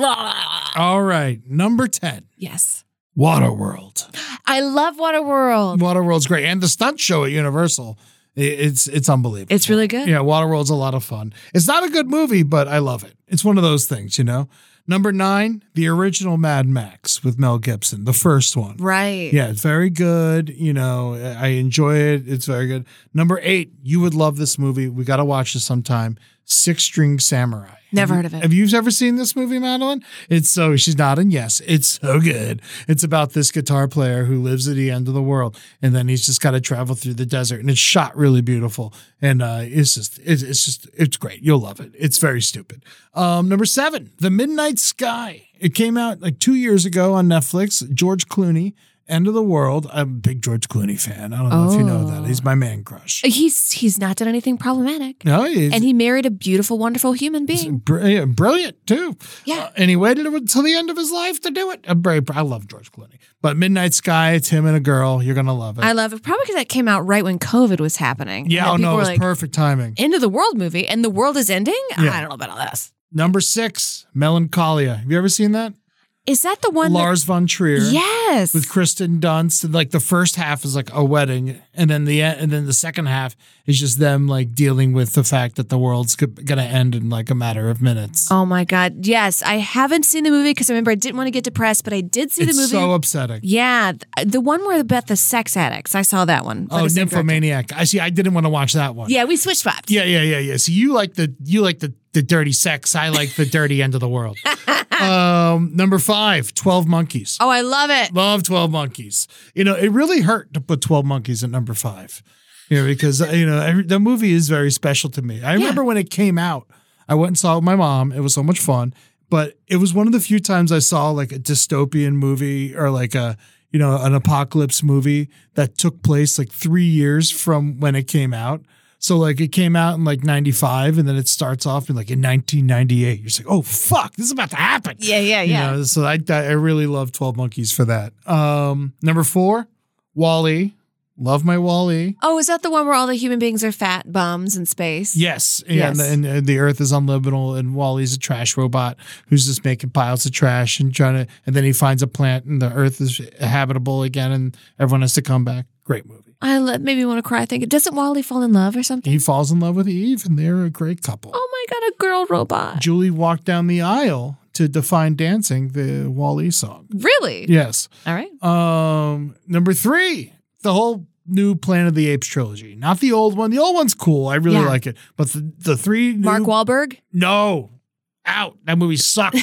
All right, number ten, Yes. Waterworld. I love Waterworld. Waterworld's great, and the stunt show at Universal. i- It's it's unbelievable. It's really good. Yeah, Waterworld's a lot of fun. It's not a good movie, but I love it. It's one of those things, you know. Number nine, the original Mad Max with Mel Gibson, the first one. Right. Yeah, it's very good. You know, I enjoy it. It's very good. Number eight, you would love this movie. We got to watch this sometime. Six String Samurai. Never Have heard of you- it. Have you ever seen this movie, Madeline? It's so she's nodding. Yes, it's so good. It's about this guitar player who lives at the end of the world, and then he's just got to travel through the desert, and it's shot really beautiful. And uh, it's just, it's, it's just, it's great. You'll love it. It's very stupid. Um, number seven, The Midnight Sky. It came out like two years ago on Netflix. George Clooney. End of the world. I'm a big George Clooney fan. I don't know if you know that. He's my man crush. He's he's not done anything problematic. No, he's, And he married a beautiful, wonderful human being. Br- brilliant too. Yeah. Uh, and he waited until the end of his life to do it. I'm very, pr- I love George Clooney. But Midnight Sky, it's him and a girl. You're gonna love it. I love it. Probably because that came out right when COVID was happening. yeah, And oh people no, it were was like, perfect timing. End of the world movie, and the world is ending. Yeah. I don't know about all this. Number six, Melancholia. Have you ever seen that? Is that the one? that- Lars von Trier. yes. With Kristen Dunst, and like the first half is like a wedding, and then the e, and then the second half is just them like dealing with the fact that the world's go- gonna end in like a matter of minutes. oh my god. Yes, I haven't seen the movie because I remember I didn't want to get depressed, but I did see it's the movie. so upsetting. yeah, th- the one where about the sex addicts. I saw that one. by oh, the same director. Nymphomaniac. I see. I didn't want to watch that one. Yeah, we switch swapped. Yeah, yeah, yeah, yeah. So you like the you like the the dirty sex. I like the dirty end of the world. um, number five, 12 monkeys. Oh, I love it. Love 12 monkeys. You know, it really hurt to put 12 monkeys at number five. you know, because you know every, the movie is very special to me. I remember when it came out, I went and saw it with my mom. It was so much fun, but it was one of the few times I saw like a dystopian movie or like a you know an apocalypse movie that took place like three years from when it came out. So like it came out in like '95, and then it starts off in like in 1998. You're just like, oh fuck, this is about to happen. Yeah, yeah, You yeah. know, so I I really love Twelve Monkeys for that. Um, number four, Wally. Love my Wally. Oh, is that the one where all the human beings are fat bums in space? Yes, and, Yes. And, and the Earth is unlivable, and Wally's a trash robot who's just making piles of trash and trying to. And then he finds a plant, and the Earth is habitable again, and everyone has to come back. Great movie. I let, made me want to cry. Thinking, doesn't Wally fall in love or something? He falls in love with Eve, and they're a great couple. Oh my god, a girl robot. Julie walked down the aisle to "Define Dancing," the Wally song. Really? Yes. All right. Um, number three, the whole new Planet of the Apes trilogy, not the old one. The old one's cool. I really Yeah. like it, but the, the three new- Mark Wahlberg. No. Out. That movie sucked.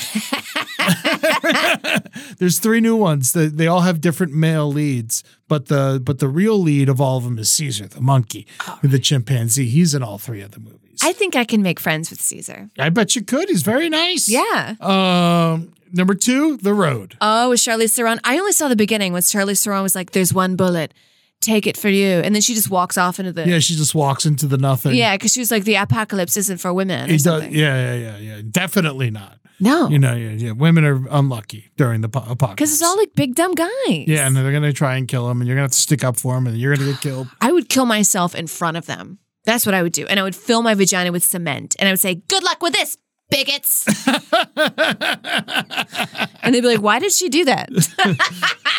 There's three new ones. They, they all have different male leads, but the but the real lead of all of them is Caesar, the monkey, the chimpanzee. He's in all three of the movies. Oh. I think I can make friends with Caesar. I bet you could. He's very nice. Yeah. Um, number two, The Road. Oh, with Charlize Theron. I only saw the beginning when Charlize Theron was like, "There's one bullet, take it for you," and then she just walks off into the Yeah, she just walks into the nothing. yeah, because she was like, "The apocalypse isn't for women." Or It does, something. yeah, yeah, yeah, yeah. Definitely not. No, You know, yeah, yeah. Women are unlucky during the po- apocalypse. because it's all like big dumb guys. Yeah, and they're gonna try and kill him, and you're gonna have to stick up for him, and you're gonna get killed. I would kill myself in front of them. That's what I would do, and I would fill my vagina with cement, and I would say, "Good luck with this." Bigots. and they'd be like, why did she do that?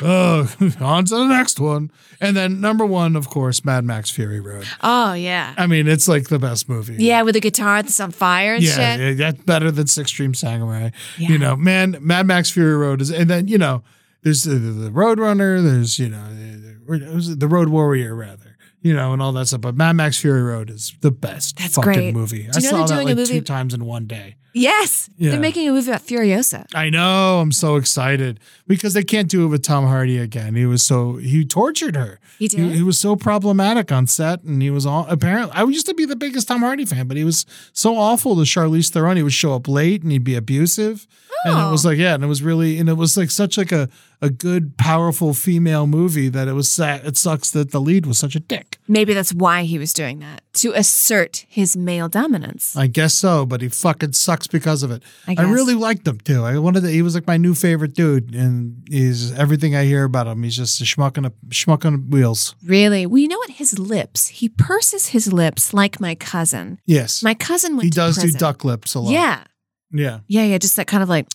Oh, on to the next one. And then number one, of course, Mad Max Fury Road. Oh, yeah. I mean, it's like the best movie. Yeah, with a guitar that's on fire and Yeah, shit. yeah, that's better than Six Stream Samurai. You know, man, Mad Max Fury Road is, and then you know, there's the, the Road Runner, there's you know, the, the- the Road Warrior rather, you know, and all that stuff. But Mad Max Fury Road is the best That's fucking great. movie. I you know saw they're that doing a like two movie- times in one day. Yes. Yeah. They're making a movie about Furiosa. I know. I'm so excited because they can't do it with Tom Hardy again. He was so he tortured her. He did? He, was so problematic on set, and he was all apparently. I used to be the biggest Tom Hardy fan, but he was so awful to Charlize Theron. He would show up late, and he'd be abusive. And it Oh. was like, yeah, and it was really, and it was like such like a a good, powerful female movie that it was sad. It sucks that the lead was such a dick. Maybe that's why he was doing that to assert his male dominance. I guess so, but he fucking sucks because of it. I I, guess. really liked him too. I wanted to, he was like my new favorite dude, and he's everything I hear about him. He's just a schmuck on a schmuck on wheels. Really? Well, you know what? His lips. He purses his lips like my cousin. Yes, My cousin went he to does do prison. duck lips a lot. Yeah. yeah, Yeah, yeah. Just that kind of like,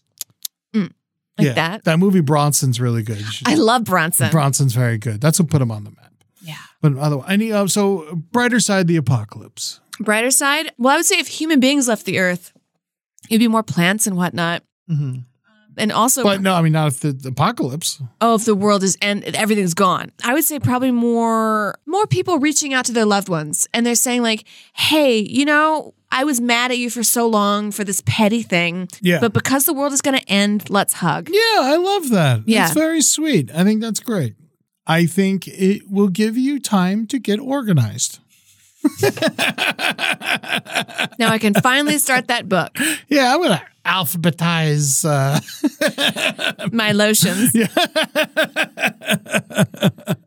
mm, like yeah. that. That movie Bronson's really good. You should- I love Bronson. Bronson's very good. That's what put him on the map. Yeah. But otherwise, any uh, so brighter side of the apocalypse. Brighter side? Well, I would say if human beings left the earth, it'd be more plants and whatnot. And also, Mm-hmm. But no, I mean not if the, the apocalypse. oh, if the world is and everything's gone, I would say probably more more people reaching out to their loved ones and they're saying like, "Hey, you know, I was mad at you for so long for this petty thing, Yeah. but because the world is going to end, let's hug." Yeah, I love that. Yeah. It's very sweet. I think that's great. I think it will give you time to get organized. Now I can finally start that book, Yeah, I'm gonna alphabetize. Uh, my lotions.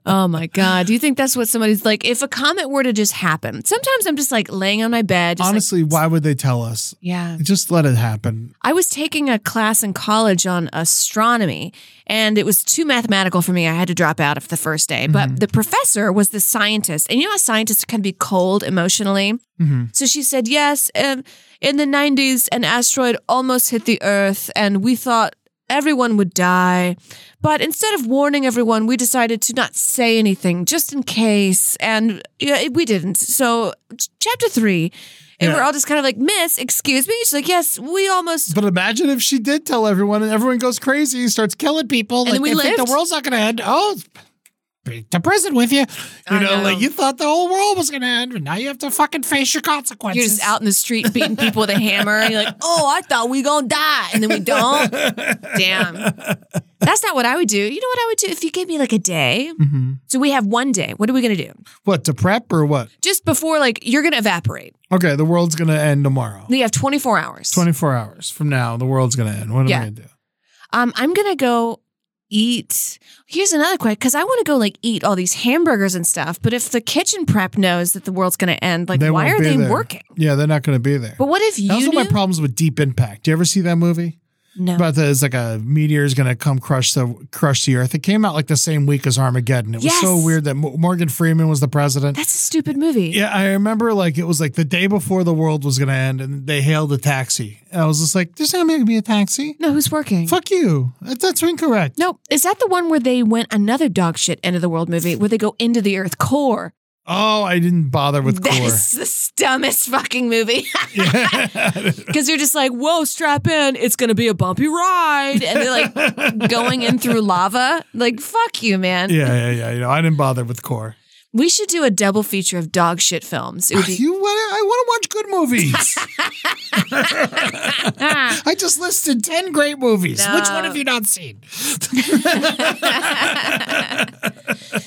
oh my god, do you think that's what somebody's like? If a comment were to just happen, sometimes I'm just like laying on my bed, just like, Honestly, why would they tell us? yeah. Just let it happen. I was taking a class in college on astronomy, and it was too mathematical for me. I had to drop out of the first day. But the professor was the scientist, and you know how scientists can be cold emotionally. So she said, "Yes, um, in the '90s, an asteroid almost hit the Earth, and we thought." Everyone would die. But instead of warning everyone, we decided to not say anything just in case. And yeah, we didn't. So, ch- chapter three. And Yeah. we're all just kind of like, Miss, excuse me? She's like, Yes, we almost But imagine if she did tell everyone, and everyone goes crazy, and starts killing people. And then we they think lived. the world's not gonna end. Oh, to prison with you. You I know, know. like you thought the whole world was gonna end, but now you have to fucking face your consequences. You're just out in the street beating people with a hammer. And you're like, oh, I thought we gonna die, and then we don't. Damn. That's not what I would do. You know what I would do if you gave me like a day. Mhm. So we have one day. What are we going to do? What to prep or what? Just before like you're going to evaporate. Okay, the world's gonna end tomorrow. You have 24 hours. Twenty four hours from now, the world's gonna end. What Yeah. am I gonna do? Um, I'm gonna go eat. Here's another question because I want to go like eat all these hamburgers and stuff. But if the kitchen prep knows that the world's gonna end, like why won't are be they there. working? Yeah, they're not gonna be there. But what if you that was one of my knew? problems with Deep Impact. Do you ever see that movie? no, About the, it's like a meteor is gonna come crush the crush the earth. It came out like the same week as Armageddon. It was Yes. so weird that Mo- Morgan Freeman was the president. that's a stupid movie. Yeah, I remember like it was like the day before the world was gonna end, and they hailed a taxi. And I was just like, "There's not gonna be a taxi. No, who's working? Fuck you. That- That's incorrect." No, is that the one where they went another dog shit end of the world movie where they go into the earth core? Oh, I didn't bother with That core. is the dumbest fucking movie. Because you're just like, whoa, strap in. It's going to be a bumpy ride. And they're like going in through lava. Like, fuck you, man. yeah, yeah, yeah. You know, I didn't bother with core. We should do a double feature of dog shit films. It would be- You want? I want to watch good movies. I just listed ten great movies. Which one have you not seen?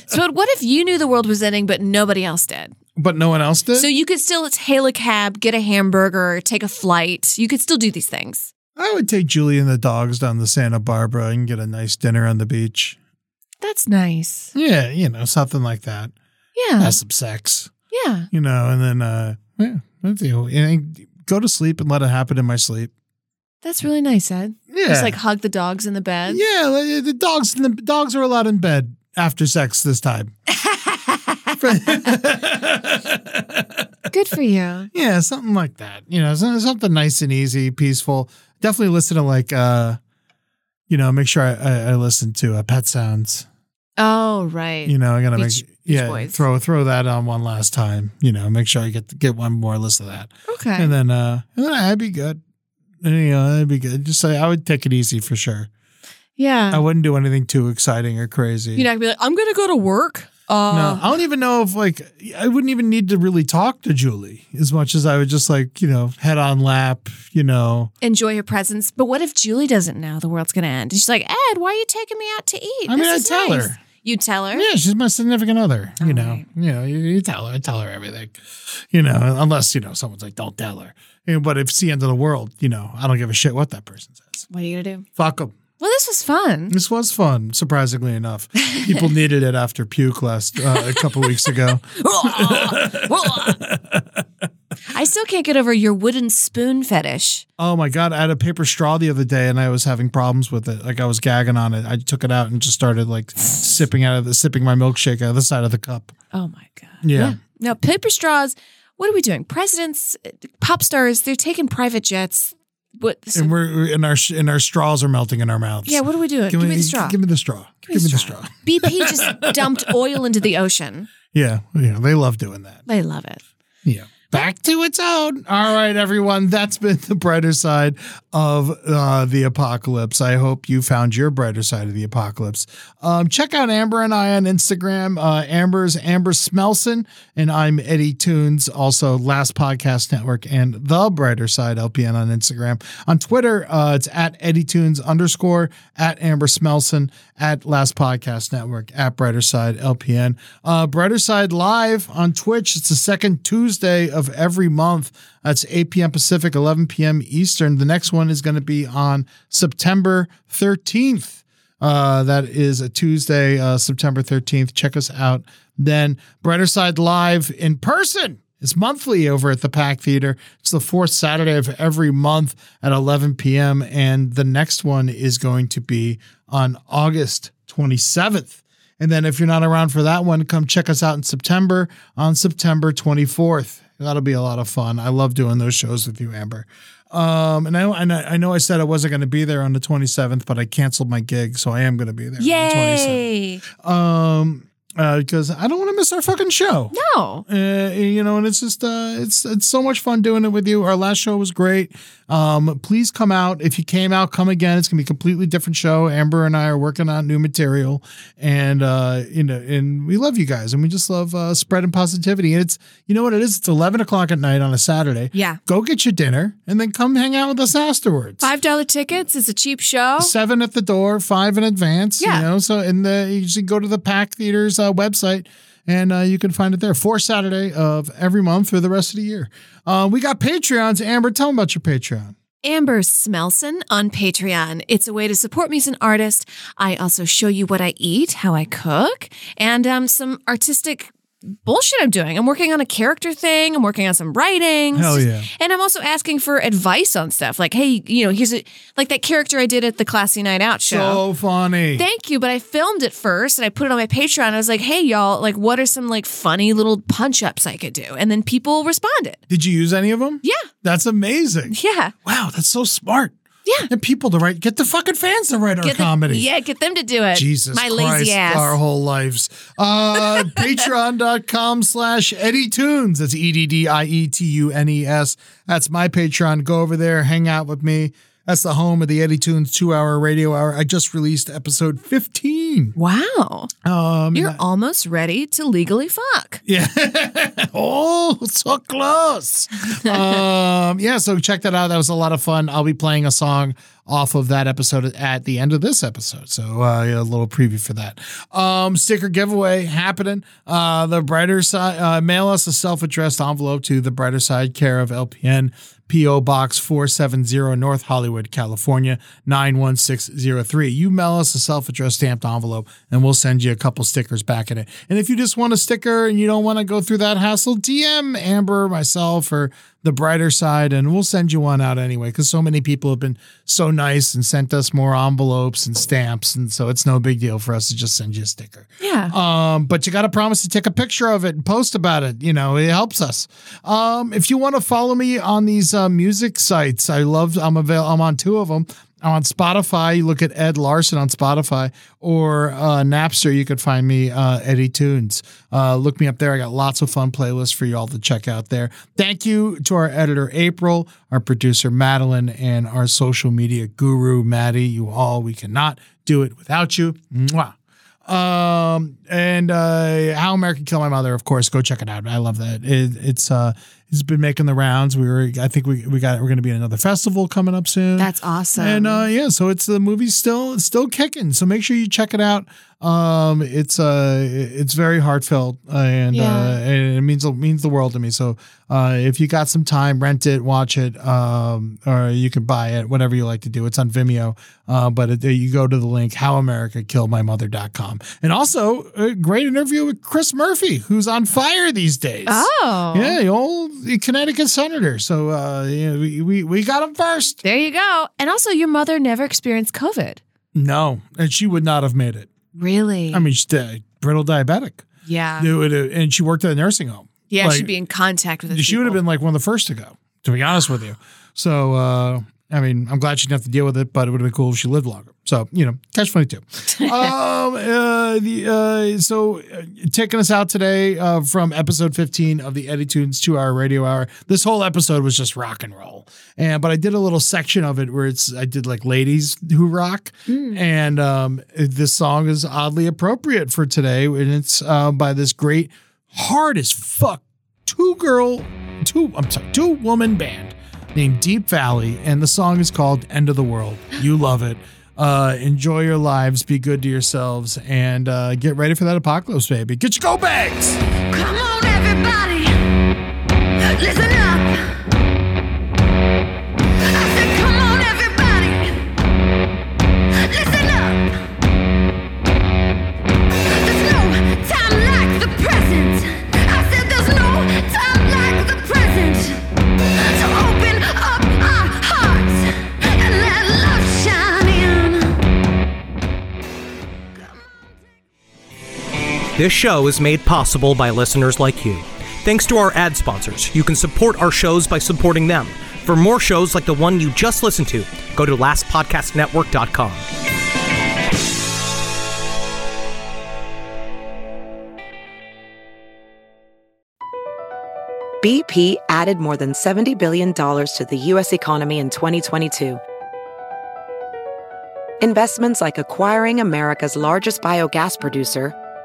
so, what if you knew the world was ending, but nobody else did? But no one else did. So, you could still hail a cab, get a hamburger, take a flight. You could still do these things. I would take Julie and the dogs down to Santa Barbara and get a nice dinner on the beach. That's nice. Yeah, you know, something like that. Yeah. Have some sex, yeah. you know, and then uh, yeah, that's you. And I go to sleep and let it happen in my sleep. That's really nice, Ed. Yeah, Just like hug the dogs in the bed. Yeah, like, the dogs the dogs are allowed in bed after sex this time. Good for you. yeah, something like that. You know, some- something nice and easy, peaceful. Definitely listen to like uh you know, make sure I, I, I listen to uh, Pet Sounds. Oh, right. You know, I gotta Beach- make Beach yeah Boys. throw throw that on one last time. You know, make sure I get get one more list of that, okay. and then uh, and then I'd be good. And, you know, that'd be good. Just say I would take it easy for sure. yeah. I wouldn't do anything too exciting or crazy. You're not gonna be like, I'm gonna go to work. No, Uh, I don't even know if like I wouldn't even need to really talk to Julie as much as I would just like you know head on lap, you know. enjoy your presence. But what if Julie doesn't know the world's gonna end? And she's like, Ed, why are you taking me out to eat? I mean, This I is tell nice." her. You tell her. Yeah, she's my significant other. You know, you know, you, you tell her, I tell her everything. You know, unless you know someone's like, don't tell her. You know, but if it's the end of the world, you know, I don't give a shit what that person says. What are you gonna do? Fuck them. Well, this was fun. This was fun, surprisingly enough. People needed it after puke last uh, a couple weeks ago. I still can't get over your wooden spoon fetish. Oh my god, I had a paper straw the other day and I was having problems with it. Like I was gagging on it. I took it out and just started like sipping out of the sipping my milkshake out of the side of the cup. Oh my god. Yeah. Now paper straws. What are we doing? Presidents, uh, pop stars. They're taking private jets. What? so- And we're we're- and our sh- and our straws are melting in our mouths. yeah. What are we doing? Give, me the straw. Give me the straw. Give me the straw. BP just dumped oil into the ocean. Yeah. Yeah, they love doing that. They love it. Yeah. Back to its own. All right, everyone. That's been the brighter side of uh, the apocalypse. I hope you found your brighter side of the apocalypse. Um, check out Amber and I on Instagram. Uh, Amber's Amber Smelson, and I'm Eddie Tunes. Also, Last Podcast Network and The Brighter Side LPN on Instagram. On Twitter, uh, it's at Eddie Tunes underscore at Amber Smelson at Last Podcast Network at Brighter Side LPN. Uh, Brighter Side Live on Twitch. It's the second Tuesday of every month. That's 8 p.m. Pacific, 11 p.m. Eastern. The next one is going to be on September 13th. Uh, that is a Tuesday, uh, September 13th. Check us out then. Brighter Side Live in person. It's monthly over at the Pack Theater. It's the fourth Saturday of every month at 11 p.m. And the next one is going to be on August 27th. And then if you're not around for that one, come check us out in September on September 24th. That'll be a lot of fun. I love doing those shows with you, Amber. Um, and I and I I know I said I wasn't going to be there on the 27th, but I canceled my gig, so I am going to be there. On the 27th. Yay! Um, because I don't want to miss our fucking show. No. Uh, you know, and it's just uh, it's it's so much fun doing it with you. Our last show was great. Um, please come out if you came out, come again. It's gonna be a completely different show. Amber and I are working on new material, and uh, you know, and we love you guys, and we just love uh, spreading positivity. And it's you know what it is. It's eleven o'clock at night on a Saturday. Yeah. go get your dinner, and then come hang out with us afterwards. Five dollar tickets. It's a cheap show. Seven at the door, five in advance. Oh. Yeah. You know, so in the you should go to the Pack Theater's uh, website and uh, you can find it there. Fourth Saturday of every month for the rest of the year. Uh, we got Patreons. Amber, tell them about your Patreon. Amber Smelson on Patreon. It's a way to support me as an artist. I also show you what I eat, how I cook, and um, some artistic bullshit I'm doing. I'm working on a character thing. I'm working on some writing. Hell yeah. And I'm also asking for advice on stuff like, hey, you know, here's a, like that character I did at the Classy Night Out show. So funny. Thank you, but I filmed it first and I put it on my Patreon. I was like, "Hey y'all, like what are some like funny little punch-ups I could do?" And then people responded. Did you use any of them? Yeah. That's amazing. Yeah. Wow, that's so smart. Yeah. Get people to write, get the fucking fans to write our the- comedy. yeah, get them to do it. Jesus my Christ, lazy ass. our whole lives. Uh, Patreon.com slash Eddie Tunes. That's E D D I E T U N E S. That's my Patreon. Go over there, hang out with me. That's the home of the Eddie Tunes two hour radio hour. I just released episode 15. Wow. Um, You're almost ready to legally fuck. yeah. oh, so close. um, yeah, so check that out. That was a lot of fun. I'll be playing a song off of that episode at the end of this episode. So uh, yeah, a little preview for that. Um, sticker giveaway happening. Uh, the brighter side, uh, mail us a self addressed envelope to the brighter side care of LPN. P.O. Box 470 North Hollywood, California 91603. You mail us a self addressed stamped envelope and we'll send you a couple stickers back in it. And if you just want a sticker and you don't want to go through that hassle, DM Amber, myself, or the brighter side and we'll send you one out anyway because so many people have been so nice and sent us more envelopes and stamps. And so it's no big deal for us to just send you a sticker. Yeah. Um, but you got to promise to take a picture of it and post about it. You know, it helps us. Um, if you want to follow me on these uh, music sites, I love. I'm avail. I'm on two of them. I'm on Spotify. You look at Ed Larson on Spotify or uh, Napster. You could find me uh, Eddie Tunes. Uh, look me up there. I got lots of fun playlists for you all to check out there. Thank you to our editor April, our producer Madeline, and our social media guru Maddie. You all, we cannot do it without you. Mwah. Um, and uh, How America Killed My Mother, of course, go check it out. I love that. It, it's uh, it's been making the rounds. We were, I think we we got we're going to be at another festival coming up soon. That's awesome. And uh, yeah, so it's the movie's still it's still kicking. So make sure you check it out. Um, it's uh, it's very heartfelt, uh, and uh, and it means it means the world to me. So uh, if you got some time, rent it, watch it, um, or you can buy it, whatever you like to do. It's on Vimeo, uh, but it, you go to the link howamericakilledmymother.com. and also a great interview with Chris Murphy, who's on fire these days. oh. Yeah, the old Connecticut senator. So uh, yeah, we, we we got him first. There you go. And also your mother never experienced COVID. No, and she would not have made it. Really? I mean, she's a brittle diabetic. yeah. They would have- and she worked at a nursing home. yeah, like- she'd be in contact with the She would have people. been like one of the first to go, to be honest with you. So, uh, I mean, I'm glad she didn't have to deal with it, but it would have been cool if she lived longer. So, you know, catch 22. um, uh, the, uh, so, uh, taking us out today uh, from episode 15 of the Eddie Tunes two hour radio hour. This whole episode was just rock and roll. And, but I did a little section of it where it's, I did like ladies who rock. And um, this song is oddly appropriate for today. And it's uh, by this great, hard as fuck two girl, two I'm sorry, two woman band named Deep Valley, and the song is called "End of the World." You love it. Uh, enjoy your lives, be good to yourselves, and uh, get ready for that apocalypse, baby. Get your go bags. Come on, everybody. Listen up. I said, come on, everybody. Listen up. There's no time like the present. I said, there's no time like the present. So open up our hearts and let love shine in. This show is made possible by listeners like you. Thanks to our ad sponsors, you can support our shows by supporting them. For more shows like the one you just listened to, go to lastpodcastnetwork.com. BP added more than $70 billion to the U.S. economy in 2022. Investments like acquiring America's largest biogas producer,